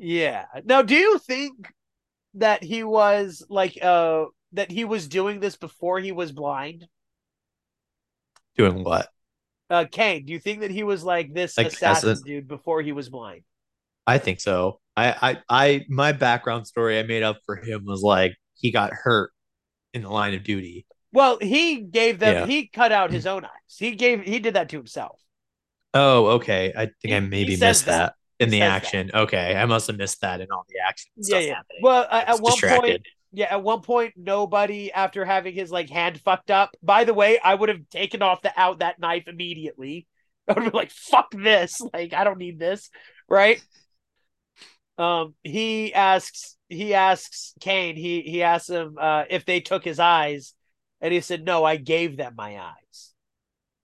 B: Yeah. Now, do you think that he was like uh that he was doing this before he was blind?
A: Doing what?
B: Uh Kane, do you think that he was like this
A: Like,
B: assassin
A: assassin?
B: dude before he was blind?
A: I think so. I, I, I, my background story I made up for him was like he got hurt in the line of duty.
B: Well, he gave them
A: Yeah.
B: he cut out his own eyes. He gave he did that to himself.
A: Oh, okay. I think I
B: He- he
A: maybe
B: says
A: missed
B: that.
A: that in the
B: says that.
A: action. Okay, I must have missed that in all the action.
B: Yeah,
A: stuff
B: yeah.
A: happening.
B: Well, I,
A: was
B: at one point
A: distracted.
B: yeah, at one point nobody after having his like hand fucked up. By the way, I would have taken off the out that knife immediately. I would have been like, fuck this. Like, I don't need this, right? um he asks he asks Kane he he asks him uh if they took his eyes and he said no I gave them my eyes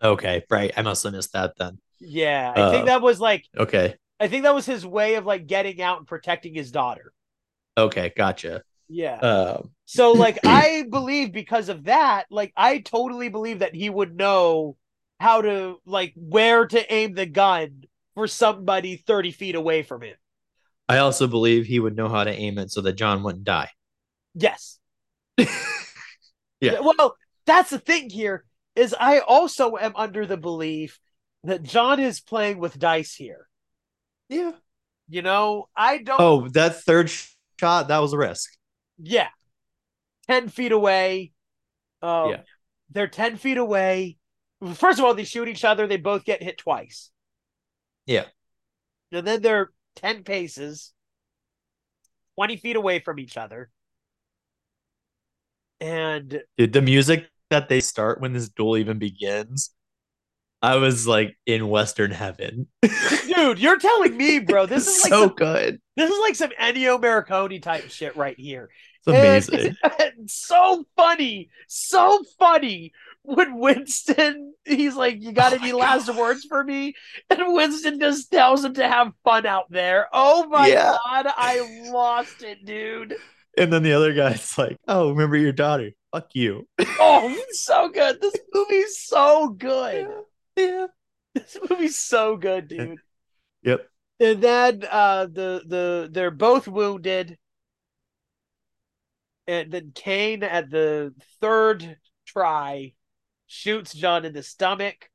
A: Okay, right. I must have missed that then.
B: yeah I
A: Uh.
B: think that was like
A: Okay,
B: I think that was his way of like getting out and protecting his daughter
A: okay, gotcha.
B: yeah
A: Um,
B: so like I believe because of that like I totally believe that he would know how to like where to aim the gun for somebody 30 feet away from him
A: I also believe he would know how to aim it so that John wouldn't die.
B: Yes.
A: Yeah.
B: Well, that's the thing here is I also am under the belief that John is playing with dice here.
A: Yeah.
B: You know, I don't.
A: Oh, that third shot, that was a risk.
B: Yeah. 10 feet away. Um,
A: Yeah.
B: They're 10 feet away. First of all, they shoot each other. They both get hit twice.
A: Yeah.
B: And then they're 10 paces, 20 feet away from each other. And
A: Dude, the music that they start when this duel even begins, I was like in Western heaven.
B: dude, you're telling me, bro, this is like
A: so
B: some,
A: good.
B: this is like some Ennio Morricone type shit right here.
A: It's amazing.
B: And so funny, so funny. When Winston, he's like, "You got
A: Oh
B: any
A: my
B: last
A: God.
B: words for me?" and Winston just tells him to have fun out there. Oh my
A: Yeah.
B: god, I lost it, dude.
A: and then the other guy's like, "Oh, remember your daughter? Fuck you."
B: Oh, it's so good. This movie's so good.
A: yeah.
B: This movie's so good, dude.
A: Yep.
B: And then uh the the they're both wounded. And then Kane at the third try shoots John in the stomach.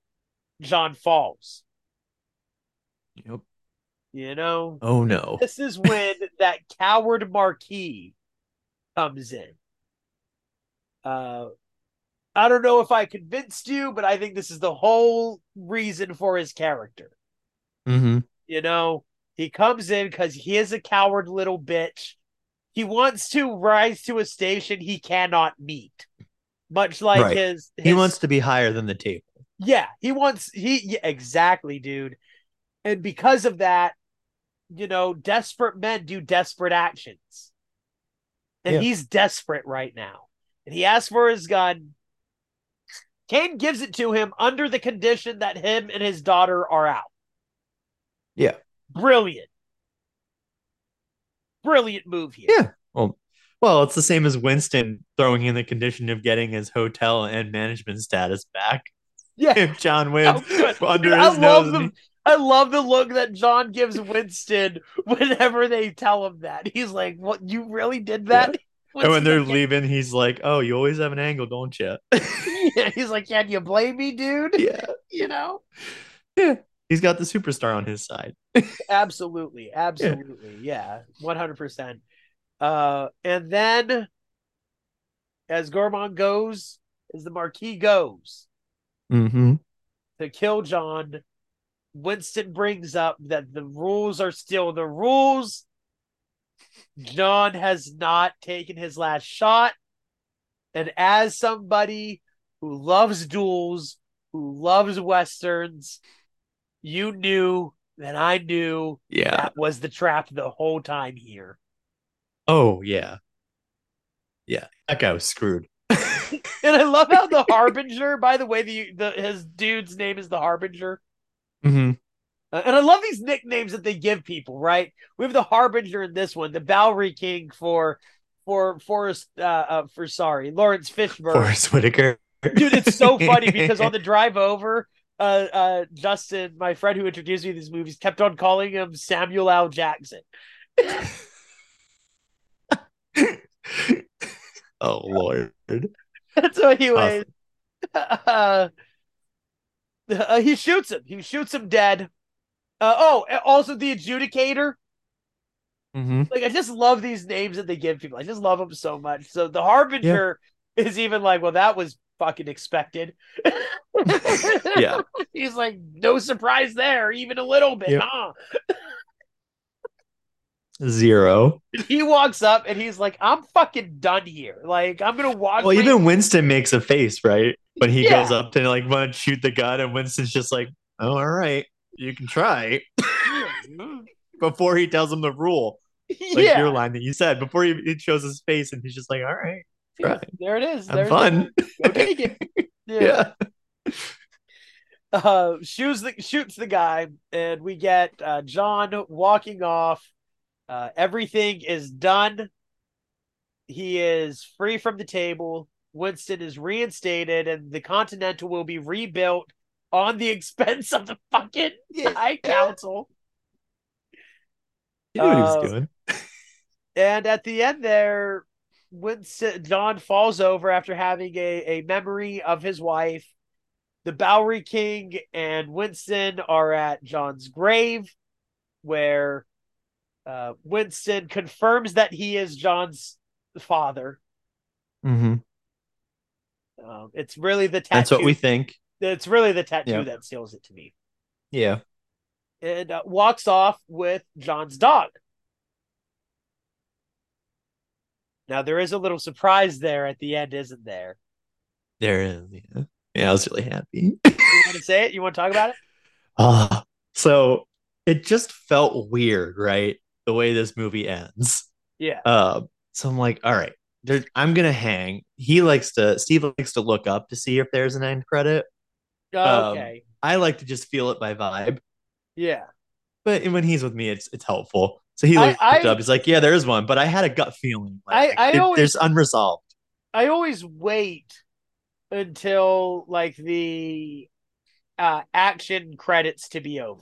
B: John falls.
A: Yep.
B: You know?
A: Oh no.
B: This is when that coward Marquis comes in. Uh I don't know if I convinced you, but I think this is the whole reason for his character.
A: Mm-hmm.
B: You know, he comes in because he is a coward little bitch. He wants to rise to a station he cannot meet, much like
A: Right.
B: his, his.
A: He wants to be higher than the table.
B: Yeah, he wants. He yeah, exactly, dude. And because of that, you know, desperate men do desperate actions, and
A: Yeah.
B: he's desperate right now. And he asks for his gun. Kane gives it to him under the condition that him and his daughter are out.
A: Yeah.
B: Brilliant. Brilliant move here.
A: Yeah. Well, it's the same as Winston throwing in the condition of getting his hotel and management status back
B: Yeah.
A: if John wins
B: good.
A: under
B: Dude, I
A: his
B: love
A: nose.
B: them.
A: and
B: I love the look that John gives Winston whenever they tell him that. He's like, "What? You really did that?"
A: he- And when they're
B: Winston's like,
A: leaving, he's like, "Oh, you always have an angle, don't you?"
B: yeah. he's like, "Can you blame me, dude?"
A: yeah.
B: You know,
A: He's got the superstar on his side.
B: absolutely, absolutely, yeah, one hundred percent. Uh, and then as Gorman goes, as the Marquis goes
A: Mm-hmm.
B: to kill John, Winston brings up that the rules are still the rules. John has not taken his last shot. And as somebody who loves duels, who loves westerns, you knew that I knew
A: Yeah.
B: that was the trap the whole time here.
A: Oh yeah. Yeah. That guy was screwed. Mm-hmm.
B: And I love how the Harbinger, by the way, the, the his dude's name is the Harbinger.
A: Mm-hmm.
B: Uh, and I love these nicknames that they give people, right? We have the Harbinger in this one, the Bowery King for for Forrest uh, uh for sorry, Lawrence Fishburne.
A: Forrest Whitaker.
B: Dude, it's so funny because on the drive over, uh uh Justin, my friend who introduced me to these movies, kept on calling him Samuel L. Jackson.
A: oh lord.
B: so anyways, uh, uh, he shoots him. He shoots him dead. Uh, oh, and also the adjudicator.
A: Mm-hmm.
B: like I just love these names that they give people. I just love them so much. So the harbinger is even like, well, that was fucking expected.
A: Yeah.
B: he's like, no surprise there, even a little bit.
A: Yep.
B: Huh?
A: Zero.
B: He walks up and he's like, I'm fucking done here. Like I'm gonna walk.
A: Well,
B: my-
A: even Winston makes a face, right? When he
B: Yeah.
A: goes up to like want to shoot the gun, and Winston's just like, "Oh, all right, you can try." Before he tells him the rule, like
B: yeah,
A: your line that you said, before he, he shows his face, and he's just like, "All right, try.
B: there it is.
A: Have
B: There's
A: fun."
B: Okay, yeah.
A: yeah.
B: uh shoots the shoots the guy and we get uh john walking off uh everything is done he is free from the table winston is reinstated and the continental will be rebuilt on the expense of the fucking high council
A: He knew what he
B: Uh,
A: was doing.
B: and at the end there winston john falls over after having a, a memory of his wife the Bowery King and Winston are at John's grave, where uh, Winston confirms that he is John's father.
A: Mm-hmm.
B: Um, it's really the tattoo.
A: That's what we think.
B: it's really the tattoo
A: Yeah.
B: that seals it to me.
A: Yeah.
B: And uh, walks off with John's dog. Now there is a little surprise there at the end, isn't there?
A: There is. Yeah. yeah I was really happy.
B: You want to say it? You want to talk about it?
A: Ah, so it just felt weird, right? The way this movie ends.
B: Yeah.
A: Uh, so I'm like, all right, there, I'm gonna hang. He likes to. Steve likes to look up to see if there's an end credit. Um,
B: Okay.
A: I like to just feel it by vibe.
B: yeah.
A: But when he's with me, it's it's helpful. So he
B: I-
A: looked
B: I-
A: up. He's like, yeah, there is one. But I had a gut feeling. Like,
B: I- I
A: it-
B: always-
A: there's unresolved.
B: I always wait until like the uh action credits to be over.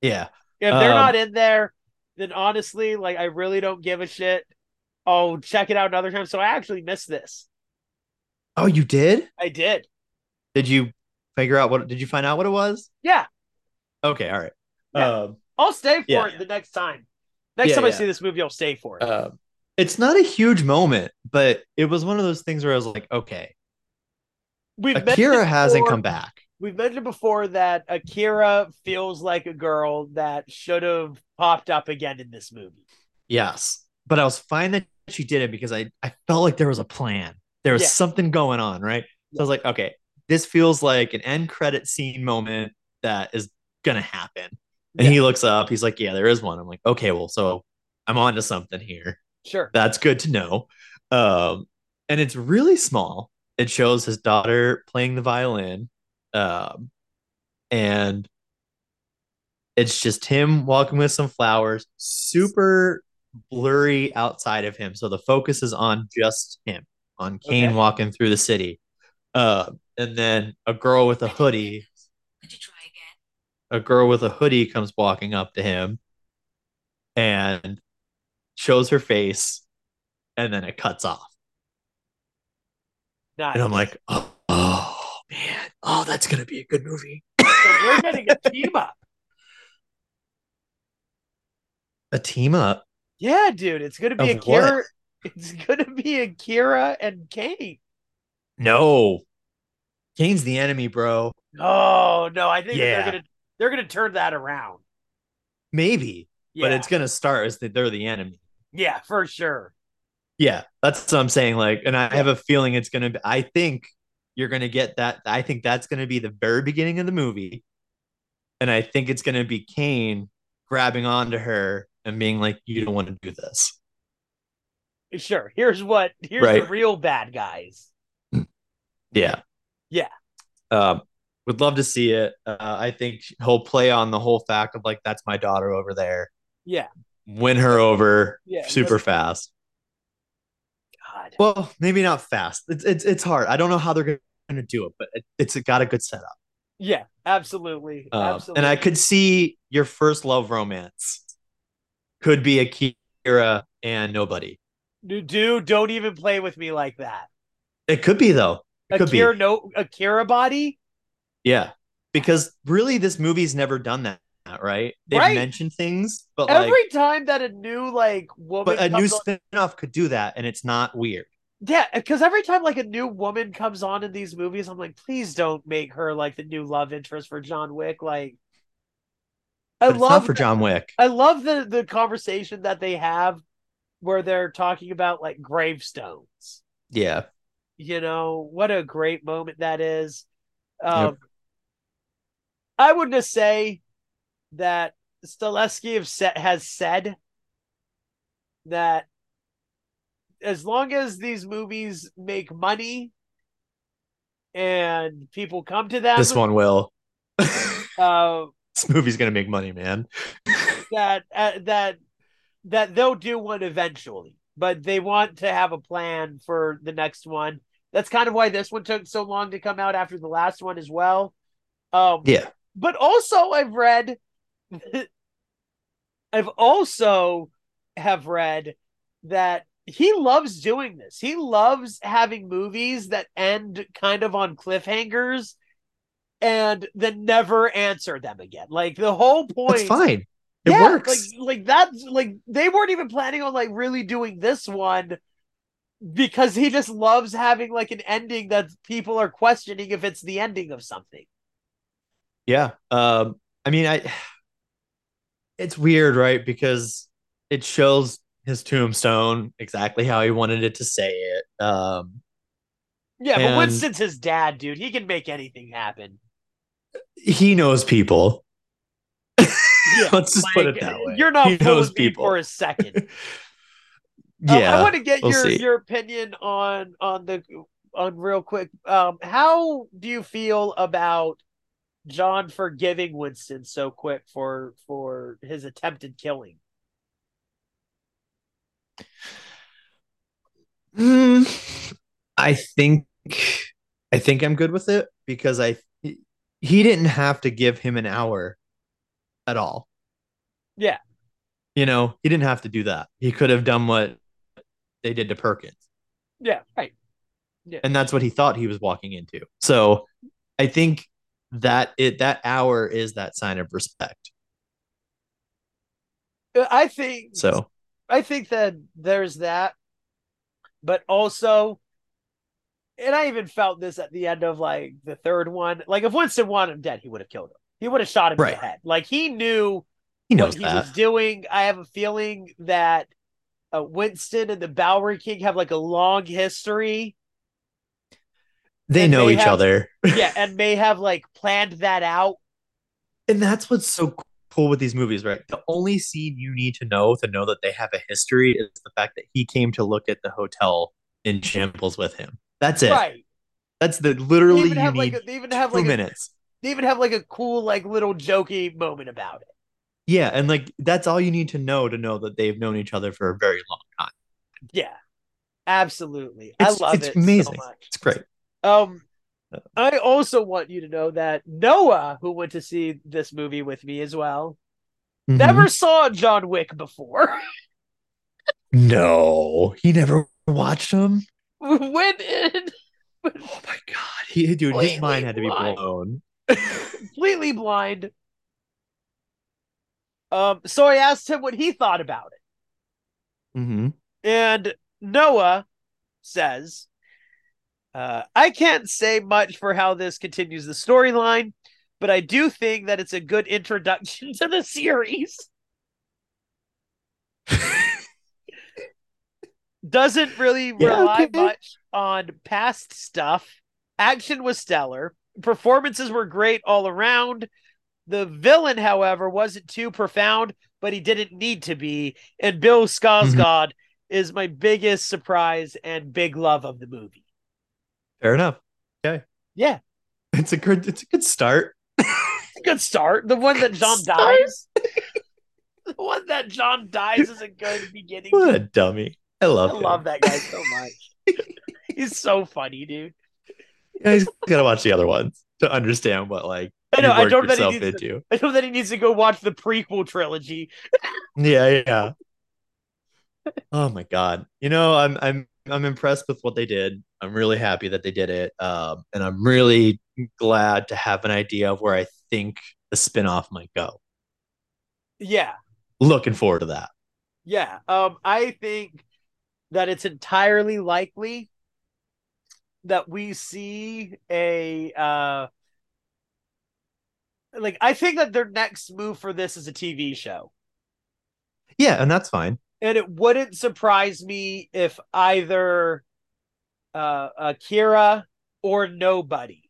A: Yeah.
B: If they're
A: Um,
B: not in there, then honestly, like I really don't give a shit. Oh, check it out another time. So I actually missed this.
A: Oh, you did?
B: I did.
A: Did you figure out what? Did you find out what it was?
B: Yeah.
A: Okay. All right.
B: Yeah.
A: Um,
B: I'll stay for
A: Yeah.
B: it the next time. Next
A: Yeah,
B: time I
A: yeah.
B: see this movie, I'll stay for it.
A: uh, it's not a huge moment, but it was one of those things where I was like, okay,
B: We've mentioned
A: Akira hasn't
B: before-
A: come back.
B: We've mentioned before that Akira feels like a girl that should have popped up again in this movie.
A: Yes. But I was fine that she did it because I, I felt like there was a plan. There was
B: Yeah.
A: something going on, right? So I was like, okay, this feels like an end credit scene moment that is going to happen. And he looks up. He's like, yeah, there is one. I'm like, okay, well, so I'm on to something here.
B: Sure.
A: That's good to know. Um, and it's really small. It shows his daughter playing the violin. Um, and it's just him walking with some flowers, super blurry outside of him. So the focus is on just him, on Kane
B: Okay.
A: walking through the city. Uh, and then a girl with a hoodie,
C: Would you try again?
A: a girl with a hoodie comes walking up to him and shows her face. And then it cuts off.
B: Nice.
A: And I'm like, oh, oh, man, oh, that's gonna be a good movie.
B: So we're getting a team up.
A: A team up.
B: Yeah, dude, it's gonna be
A: Of
B: Akira. It's gonna be Akira and Kane.
A: No. Kane's the enemy, bro.
B: Oh no, I think that
A: Yeah.
B: they're gonna they're gonna turn that around.
A: Maybe.
B: Yeah,
A: But it's gonna start as that they're the enemy.
B: yeah, for sure.
A: Yeah. That's what I'm saying. Like, and I have a feeling it's gonna be I think you're gonna get that. I think that's gonna be the very beginning of the movie. And I think it's gonna be Kane grabbing onto her and being like, You don't want to do this.
B: Sure. Here's what here's the
A: Right.
B: real bad guys.
A: Yeah.
B: Yeah.
A: Um, would love to see it. Uh, I think he'll play on the whole fact of like, that's my daughter over there.
B: Yeah.
A: Win her over
B: Yeah,
A: super fast.
B: God.
A: Well, maybe not fast. It's, it's, it's hard. I don't know how they're going to do it, but it, it's got a good setup.
B: Yeah, absolutely.
A: Um,
B: absolutely.
A: and I could see your first love romance could be Akira and nobody.
B: dude, don't even play with me like that.
A: It could be though. It could be.
B: Akira no Akira body?
A: Yeah. Because really, this movie's never done that, right? They've
B: Right.
A: mentioned things, but like,
B: Every time that a new like woman
A: but a new
B: comes on-
A: spin-off could do that and it's not weird
B: Yeah, because every time like a new woman comes on in these movies, I'm like, please don't make her like the new love interest for John Wick. Like, I
A: but it's
B: love
A: not for john wick
B: I love the the conversation that they have where they're talking about like gravestones.
A: yeah
B: You know what a great moment that is. Um, I would just say that Stileski have sa- has said that as long as these movies make money and people come to them,
A: this one will this
B: uh,
A: movie's gonna make money man
B: that uh, that that they'll do one eventually, but they want to have a plan for the next one. That's kind of why this one took so long to come out after the last one as well. Um,
A: yeah
B: but also I've read I've also have read that he loves doing this. He loves having movies that end kind of on cliffhangers and then never answer them again. Like the whole point.
A: That's fine. It
B: Yeah,
A: works.
B: Like like that's like they weren't even planning on like really doing this one because he just loves having like an ending that people are questioning if it's the ending of something.
A: Yeah. Um, I mean, I it's weird, right? Because it shows his tombstone exactly how he wanted it to say it. Um,
B: Yeah, but
A: And-
B: Winston's his dad, dude. He can make anything happen.
A: he knows people.
B: Yeah,
A: Let's just put
B: Like,
A: it that way.
B: You're not
A: he
B: fooling
A: knows
B: me
A: people.
B: for a second. Uh,
A: yeah.
B: I want to get
A: we'll
B: your
A: see.
B: your opinion on on the on real quick. Um, how do you feel about John forgiving Winston so quick for for his attempted killing?
A: Mm, I think I think I'm good with it because I he didn't have to give him an hour at all.
B: Yeah.
A: You know, he didn't have to do that. He could have done what they did to Perkins.
B: Yeah, right.
A: and that's what he thought he was walking into. So I think that it that hour is that sign of respect.
B: Uh, I think
A: So
B: I think that there's that, but also, and I even felt this at the end of like the third one. Like if Winston wanted him dead, he would have killed him. He would have shot him in
A: Right.
B: the head. Like he knew
A: he
B: what
A: knows
B: he
A: that.
B: was doing. I have a feeling that uh, Winston and the Bowery King have like a long history.
A: They
B: and
A: know
B: they
A: each
B: have-
A: other.
B: Yeah, and may have like planned that out.
A: And that's what's so cool with these movies, right? The only scene you need to know to know that they have a history is the fact that he came to look at the hotel in shambles with him. That's it.
B: Right.
A: That's the
B: They
A: literally
B: even
A: you
B: have like
A: need
B: a, they even have
A: two
B: like a,
A: minutes.
B: they even have like a cool like little jokey moment about it.
A: Yeah, and like that's all you need to know to know that they've known each other for a very long time.
B: Yeah. Absolutely.
A: It's-
B: I love
A: it's
B: it
A: amazing. Uh,
B: so much.
A: It's great.
B: Um I also want you to know that Noah, who went to see this movie with me as well,
A: Mhm.
B: never saw John Wick before.
A: No, he never watched them.
B: went in
A: Oh my god, he dude, his mind had to be
B: Completely
A: blown.
B: completely blind. Um, so I asked him what he thought about
A: hmm
B: it, and Noah says, uh, "I can't say much for how this continues the storyline, but I do think that it's a good introduction to the series." Doesn't really
A: Yeah,
B: rely
A: okay.
B: much on past stuff. Action was stellar. Performances were great all around. The villain, however, wasn't too profound, but he didn't need to be. And Bill Skarsgård
A: Mm-hmm.
B: is my biggest surprise and big love of the movie.
A: Fair enough.
B: Yeah,
A: It's a good it's a good start.
B: good start. The one that John
A: Start.
B: dies. the one that John dies is a good beginning.
A: What a dummy. I
B: I
A: love him.
B: love that guy so much. He's so funny, dude.
A: Yeah, he's gotta watch the other ones to understand what like
B: I know.
A: you
B: I
A: worked
B: don't know that
A: yourself
B: he needs. To,
A: into.
B: I know that he needs to go watch the prequel trilogy.
A: Yeah, yeah. Oh my god. You know, I'm I'm I'm impressed with what they did. I'm really happy that they did it. Um, and I'm really glad to have an idea of where I think the spin-off might go.
B: Yeah.
A: Looking forward to that.
B: Yeah, um, I think that it's entirely likely that we see a uh, like I think that their next move for this is a TV show,
A: Yeah, and that's fine.
B: and it wouldn't surprise me if either uh, Akira or nobody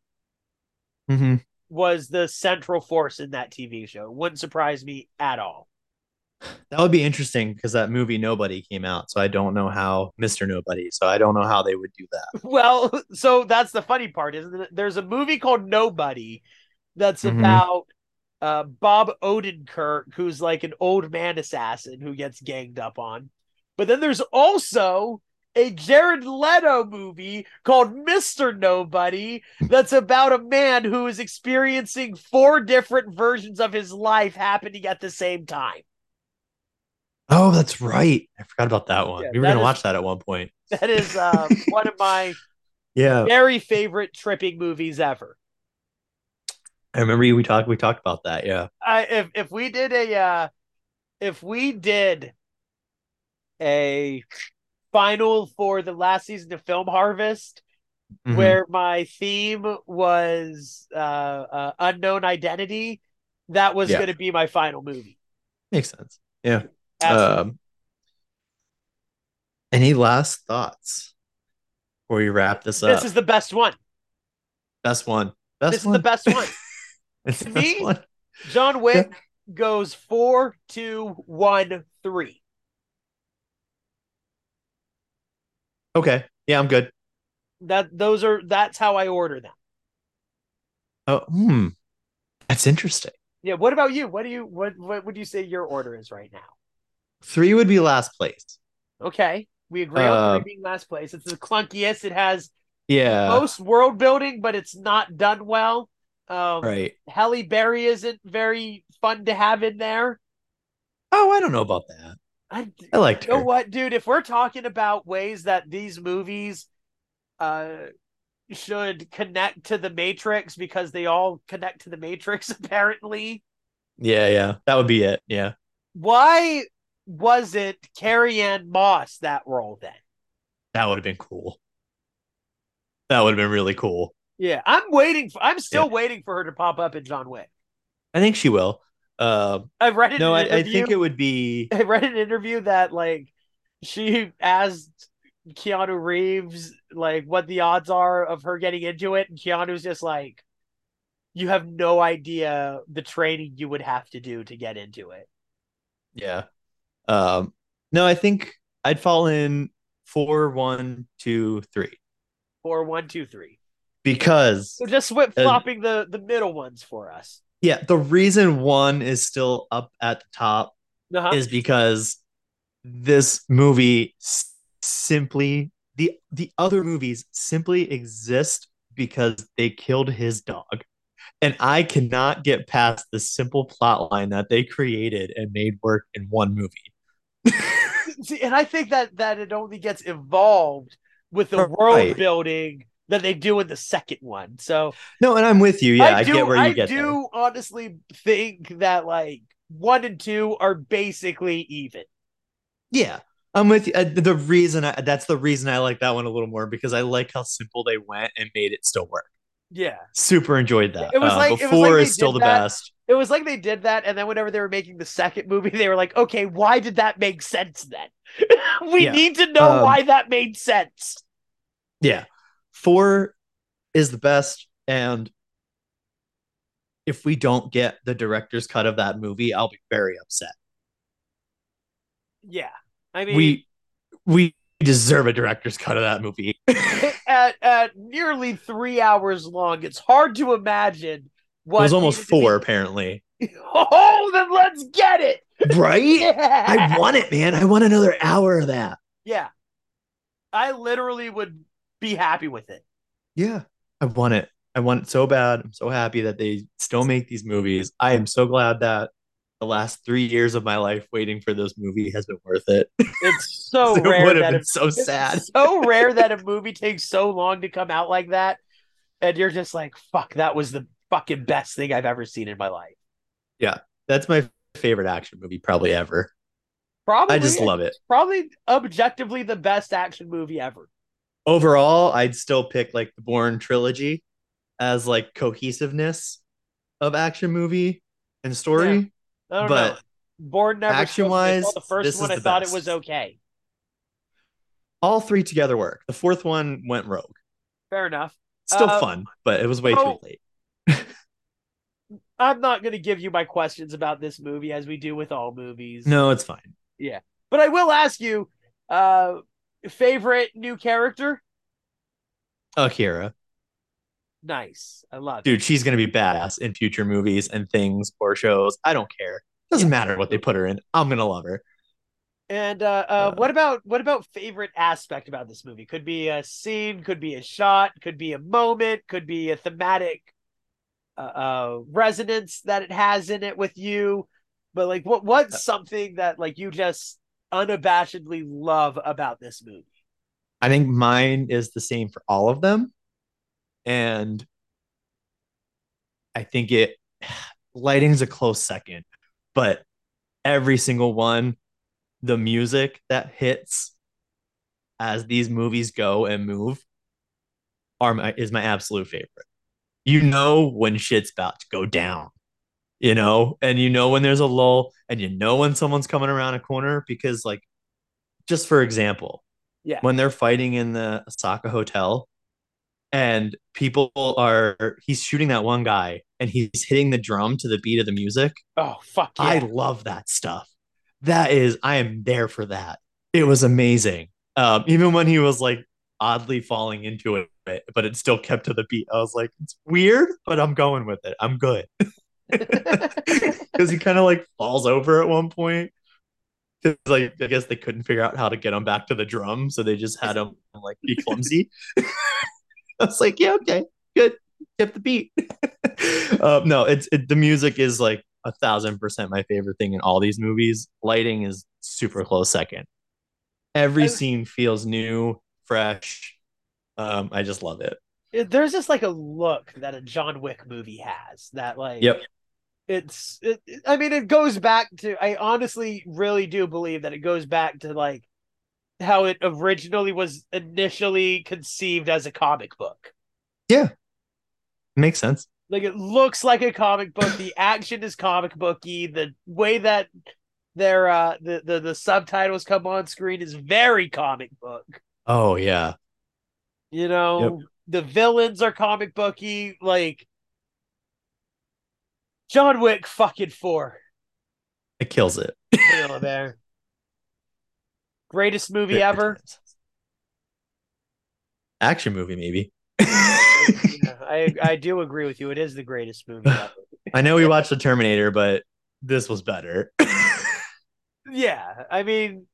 A: Mm-hmm.
B: was the central force in that TV show. It wouldn't surprise me at all.
A: That would be interesting because that movie Nobody came out, so I don't know how Mr. Nobody, so I don't know how they would do that.
B: Well, so that's the funny part, isn't it? There's a movie called Nobody that's
A: Mhm.
B: about uh, Bob Odenkirk, who's like an old man assassin who gets ganged up on. But then there's also a Jared Leto movie called Mr. Nobody that's about a man who is experiencing four different versions of his life happening at the same time.
A: Oh, that's right. I forgot about that one.
B: Yeah,
A: we were
B: that
A: gonna
B: is-
A: watch that at one point.
B: That is uh, one of my
A: Yeah.
B: very favorite tripping movies ever.
A: I remember you, we talked we talked about that. Yeah.
B: I if if we did a uh if we did a final for the last season of Film Harvest
A: Mhm.
B: where my theme was uh, uh unknown identity, that was
A: Yeah.
B: going to be my final movie.
A: makes sense. Yeah.
B: Absolutely.
A: Um, any last thoughts before we wrap this up?
B: this is the best one.
A: best one. Best
B: this
A: one.
B: is the best one.
A: It's the
B: to
A: best
B: me,
A: one.
B: John Wick goes four, two, one, three.
A: Okay. Yeah, I'm good.
B: That those are that's how I order them.
A: Oh, hmm. That's interesting.
B: Yeah. What about you? What do you what what would you say your order is right now?
A: Three would be last place.
B: Okay. We agree on
A: Uh,
B: three being last place. It's the clunkiest. It has
A: Yeah.
B: most world building, but it's not done well. Um
A: right.
B: Halle Berry isn't very fun to have in there.
A: Oh, I don't know about that.
B: I
A: I liked
B: you know
A: her.
B: what, dude? If we're talking about ways that these movies uh should connect to the Matrix because they all connect to the Matrix, apparently.
A: Yeah, yeah. That would be it. Yeah.
B: Why was it Carrie Ann Moss that role then?
A: That would have been cool. That would have been really cool.
B: Yeah, I'm waiting for I'm still waiting for her to pop up in John Wick.
A: I think she will. Um,
B: I read it
A: no, I,
B: in an
A: I
B: interview-
A: think it would be
B: I read an interview that like she asked Keanu Reeves like what the odds are of her getting into it, and Keanu's just like, "You have no idea the training you would have to do to get into it."
A: yeah. Um, no, I think I'd fall in four, one, two, three.
B: Or one, two, three.
A: Because
B: So just flip flopping the the middle ones for us.
A: yeah, the reason one is still up at the top
B: Uh-huh.
A: is because this movie s- simply the the other movies simply exist because they killed his dog and i cannot get past the simple plot line that they created and made work in one movie
B: See, and I think that that it only gets evolved with the
A: Right.
B: world building that they do in the second one. So
A: no and i'm with you yeah i,
B: do,
A: get where you
B: I
A: get
B: do
A: there.
B: honestly think that like one and two are basically even.
A: yeah i'm with you Uh, the reason I, that's the reason i like that one a little more because i like how simple they went and made it still work
B: Yeah,
A: super enjoyed that
B: It was
A: Uh,
B: like- it was like
A: before
B: they
A: is still
B: did
A: the
B: that-
A: best
B: it was like they did that, and then whenever they were making the second movie, they were like, "Okay, why did that make sense then? we
A: Yeah.
B: need to know
A: Um,
B: why that made sense."
A: Yeah. Four is the best. And if we don't get the director's cut of that movie, I'll be very upset.
B: Yeah, I mean,
A: We we deserve a director's cut of that movie.
B: at at nearly three hours long, it's hard to imagine. What
A: it was almost
B: needed to be-
A: four, apparently.
B: Oh, then let's get it.
A: Right?
B: Yeah.
A: I want it, man. I want another hour of that.
B: Yeah. I literally would be happy with it.
A: Yeah. I want it. I want it so bad. I'm so happy that they still make these movies. I am so glad that the last three years of my life waiting for this movie has been worth it.
B: It's so
A: it
B: rare
A: would have
B: that
A: been
B: a,
A: so
B: it's
A: sad.
B: so rare that a movie takes so long to come out like that and you're just like fuck that was the fucking best thing I've ever seen in my life.
A: That's my favorite action movie probably ever.
B: Probably
A: I just love it.
B: probably objectively the best action movie ever.
A: Overall, I'd still pick like the Bourne trilogy as like cohesiveness of action movie and story.
B: I don't
A: But
B: know. Born never
A: action
B: showed me. I saw
A: wise,
B: the first
A: this
B: one
A: is
B: I
A: the
B: thought
A: best.
B: it was okay.
A: All three together work. The fourth one went rogue.
B: Fair enough.
A: Still
B: Uh,
A: fun, but it was way
B: oh.
A: too late.
B: I'm not going to give you my questions about this movie as we do with all movies.
A: No, it's fine.
B: But I will ask you, uh, favorite new character?
A: Akira.
B: Nice. I love it.
A: Dude, she's gonna be badass in future movies and things or shows. I don't care. Doesn't
B: Yeah.
A: matter what they put her in. I'm gonna love her.
B: And uh, uh,
A: Uh,
B: what about what about favorite aspect about this movie? Could be a scene, could be a shot, could be a moment, could be a thematic uh, uh, resonance that it has in it with you. But like, what what's something that like you just unabashedly love about this movie?
A: I think mine is the same for all of them. And I think it lighting's a close second, but every single one, the music that hits as these movies go and move are my is my absolute favorite. You know when shit's about to go down, you know, and you know when there's a lull, and you know when someone's coming around a corner because, like, just for example,
B: Yeah.
A: when they're fighting in the Osaka hotel, and people are he's shooting that one guy, and he's hitting the drum to the beat of the music.
B: Oh fuck yeah.
A: I love that stuff. That is, I am there for that. It was amazing. Um, even when he was like oddly falling into it, but it still kept to the beat. I was like, it's weird, but I'm going with it. I'm good. Because he kind of like falls over at one point. 'Cause, Like I guess they couldn't figure out how to get him back to the drum, so they just had him like be clumsy. I was like, yeah, okay, good, kept the beat. uh, no, it's it, the music is like a thousand percent my favorite thing in all these movies. Lighting is super close second. Every
B: I-
A: scene feels new, fresh. Um, I just love it.
B: There's just like a look that a John Wick movie has that like
A: Yep.
B: it's it, it- I mean it goes back to I honestly really do believe that it goes back to like how it originally was initially conceived as a comic book.
A: Makes sense.
B: Like it looks like a comic book. The action is comic booky. The way that their uh the, the the subtitles come on screen is very comic book.
A: Oh yeah.
B: You know, the villains are comic booky. Like John Wick, fucking four,
A: It kills it.
B: Vanilla Bear. Greatest movie
A: Great
B: ever.
A: times. Action movie, maybe.
B: Yeah, I I do agree with you. It is the greatest movie ever.
A: I know we watched the Terminator, but this was better.
B: Yeah, I mean,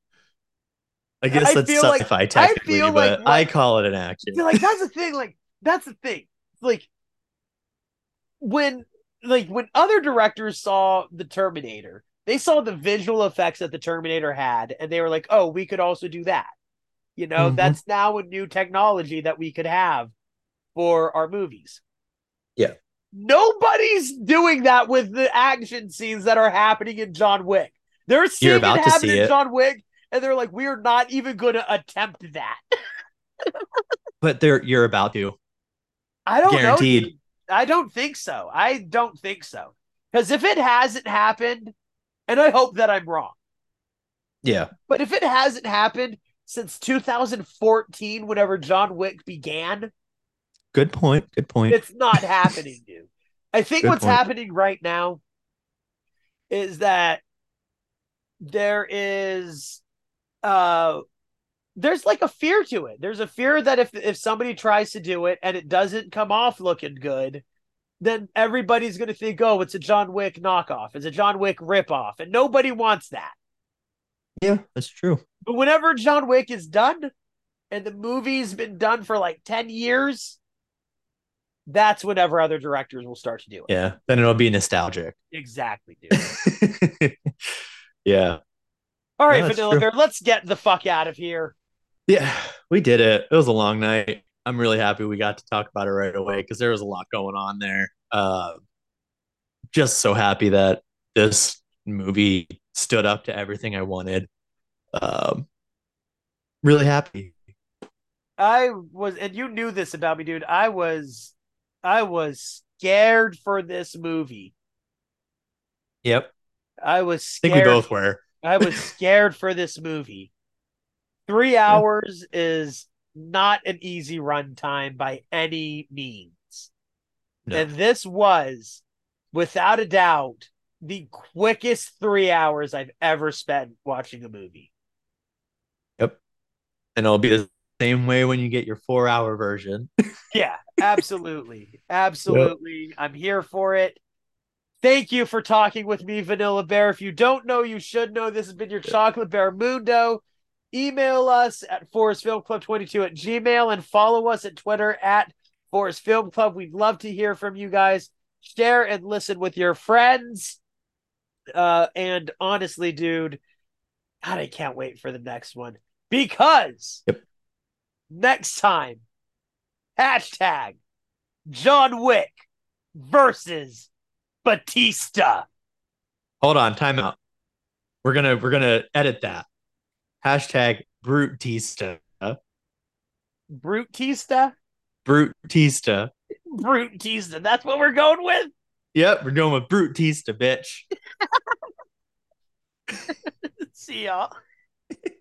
A: I guess
B: I
A: that's
B: feel like-
A: sci-fi technically,
B: feel like
A: but I
B: what-
A: call it an action.
B: See, like that's the thing like that's the thing like when like when other directors saw the terminator they saw the visual effects that the terminator had and they were like oh we could also do that you know
A: Mhm.
B: that's now a new technology that we could have for our movies
A: Yeah.
B: nobody's doing that with the action scenes that are happening in john wick they're seeing
A: about
B: it
A: to
B: happen
A: see
B: in
A: it.
B: john wick and they're like we are not even going to attempt that
A: But they're you're about to.
B: I don't
A: Guaranteed.
B: know. dude. I don't think so. I don't think so. Because if it hasn't happened, and I hope that I'm wrong,
A: Yeah.
B: but if it hasn't happened since 2014, whenever John Wick began,
A: Good point. Good point.
B: it's not happening, dude. I think
A: Good
B: what's
A: point.
B: happening right now is that there is uh there's like a fear to it. There's a fear that if if somebody tries to do it and it doesn't come off looking good, then everybody's going to think, "Oh, it's a John Wick knockoff. It's a John Wick ripoff," and nobody wants that.
A: yeah, that's true.
B: But whenever John Wick is done, and the movie's been done for like ten years, that's whenever other directors will start to do it.
A: Yeah. Then it'll be nostalgic.
B: Exactly, dude.
A: yeah.
B: All right,
A: No, that's
B: Vanilla
A: true.
B: Bear, let's get the fuck out of here.
A: Yeah. We did it. It was a long night. I'm really happy we got to talk about it right away because there was a lot going on there. Uh, just so happy that this movie stood up to everything I wanted. Um, really happy.
B: I was, and you knew this about me, dude. I was, I was scared for this movie.
A: Yep. I
B: I was
A: think
B: scared.
A: we both were.
B: I was scared for this movie. Three hours is not an easy run time by any means.
A: No.
B: And this was, without a doubt, the quickest three hours I've ever spent watching a movie.
A: And it'll be the same way when you get your four hour version.
B: Yeah, absolutely. absolutely. I'm here for it. Thank you for talking with me, Vanilla Bear. If you don't know, you should know. This has been your Chocolate Bear Mundo. Email us at ForestFilmClub22 at Gmail and follow us at Twitter at Forest Film Club. We'd love to hear from you guys. Share and listen with your friends. Uh, and honestly, dude, God, I can't wait for the next one because
A: Yep.
B: next time, hashtag John Wick versus Batista.
A: Hold on, time out. We're gonna we're gonna edit that. Hashtag Brutista.
B: Brutista?
A: Brutista.
B: Brutista. That's what we're going with.
A: Yep, we're going with Brutista, bitch.
B: See y'all.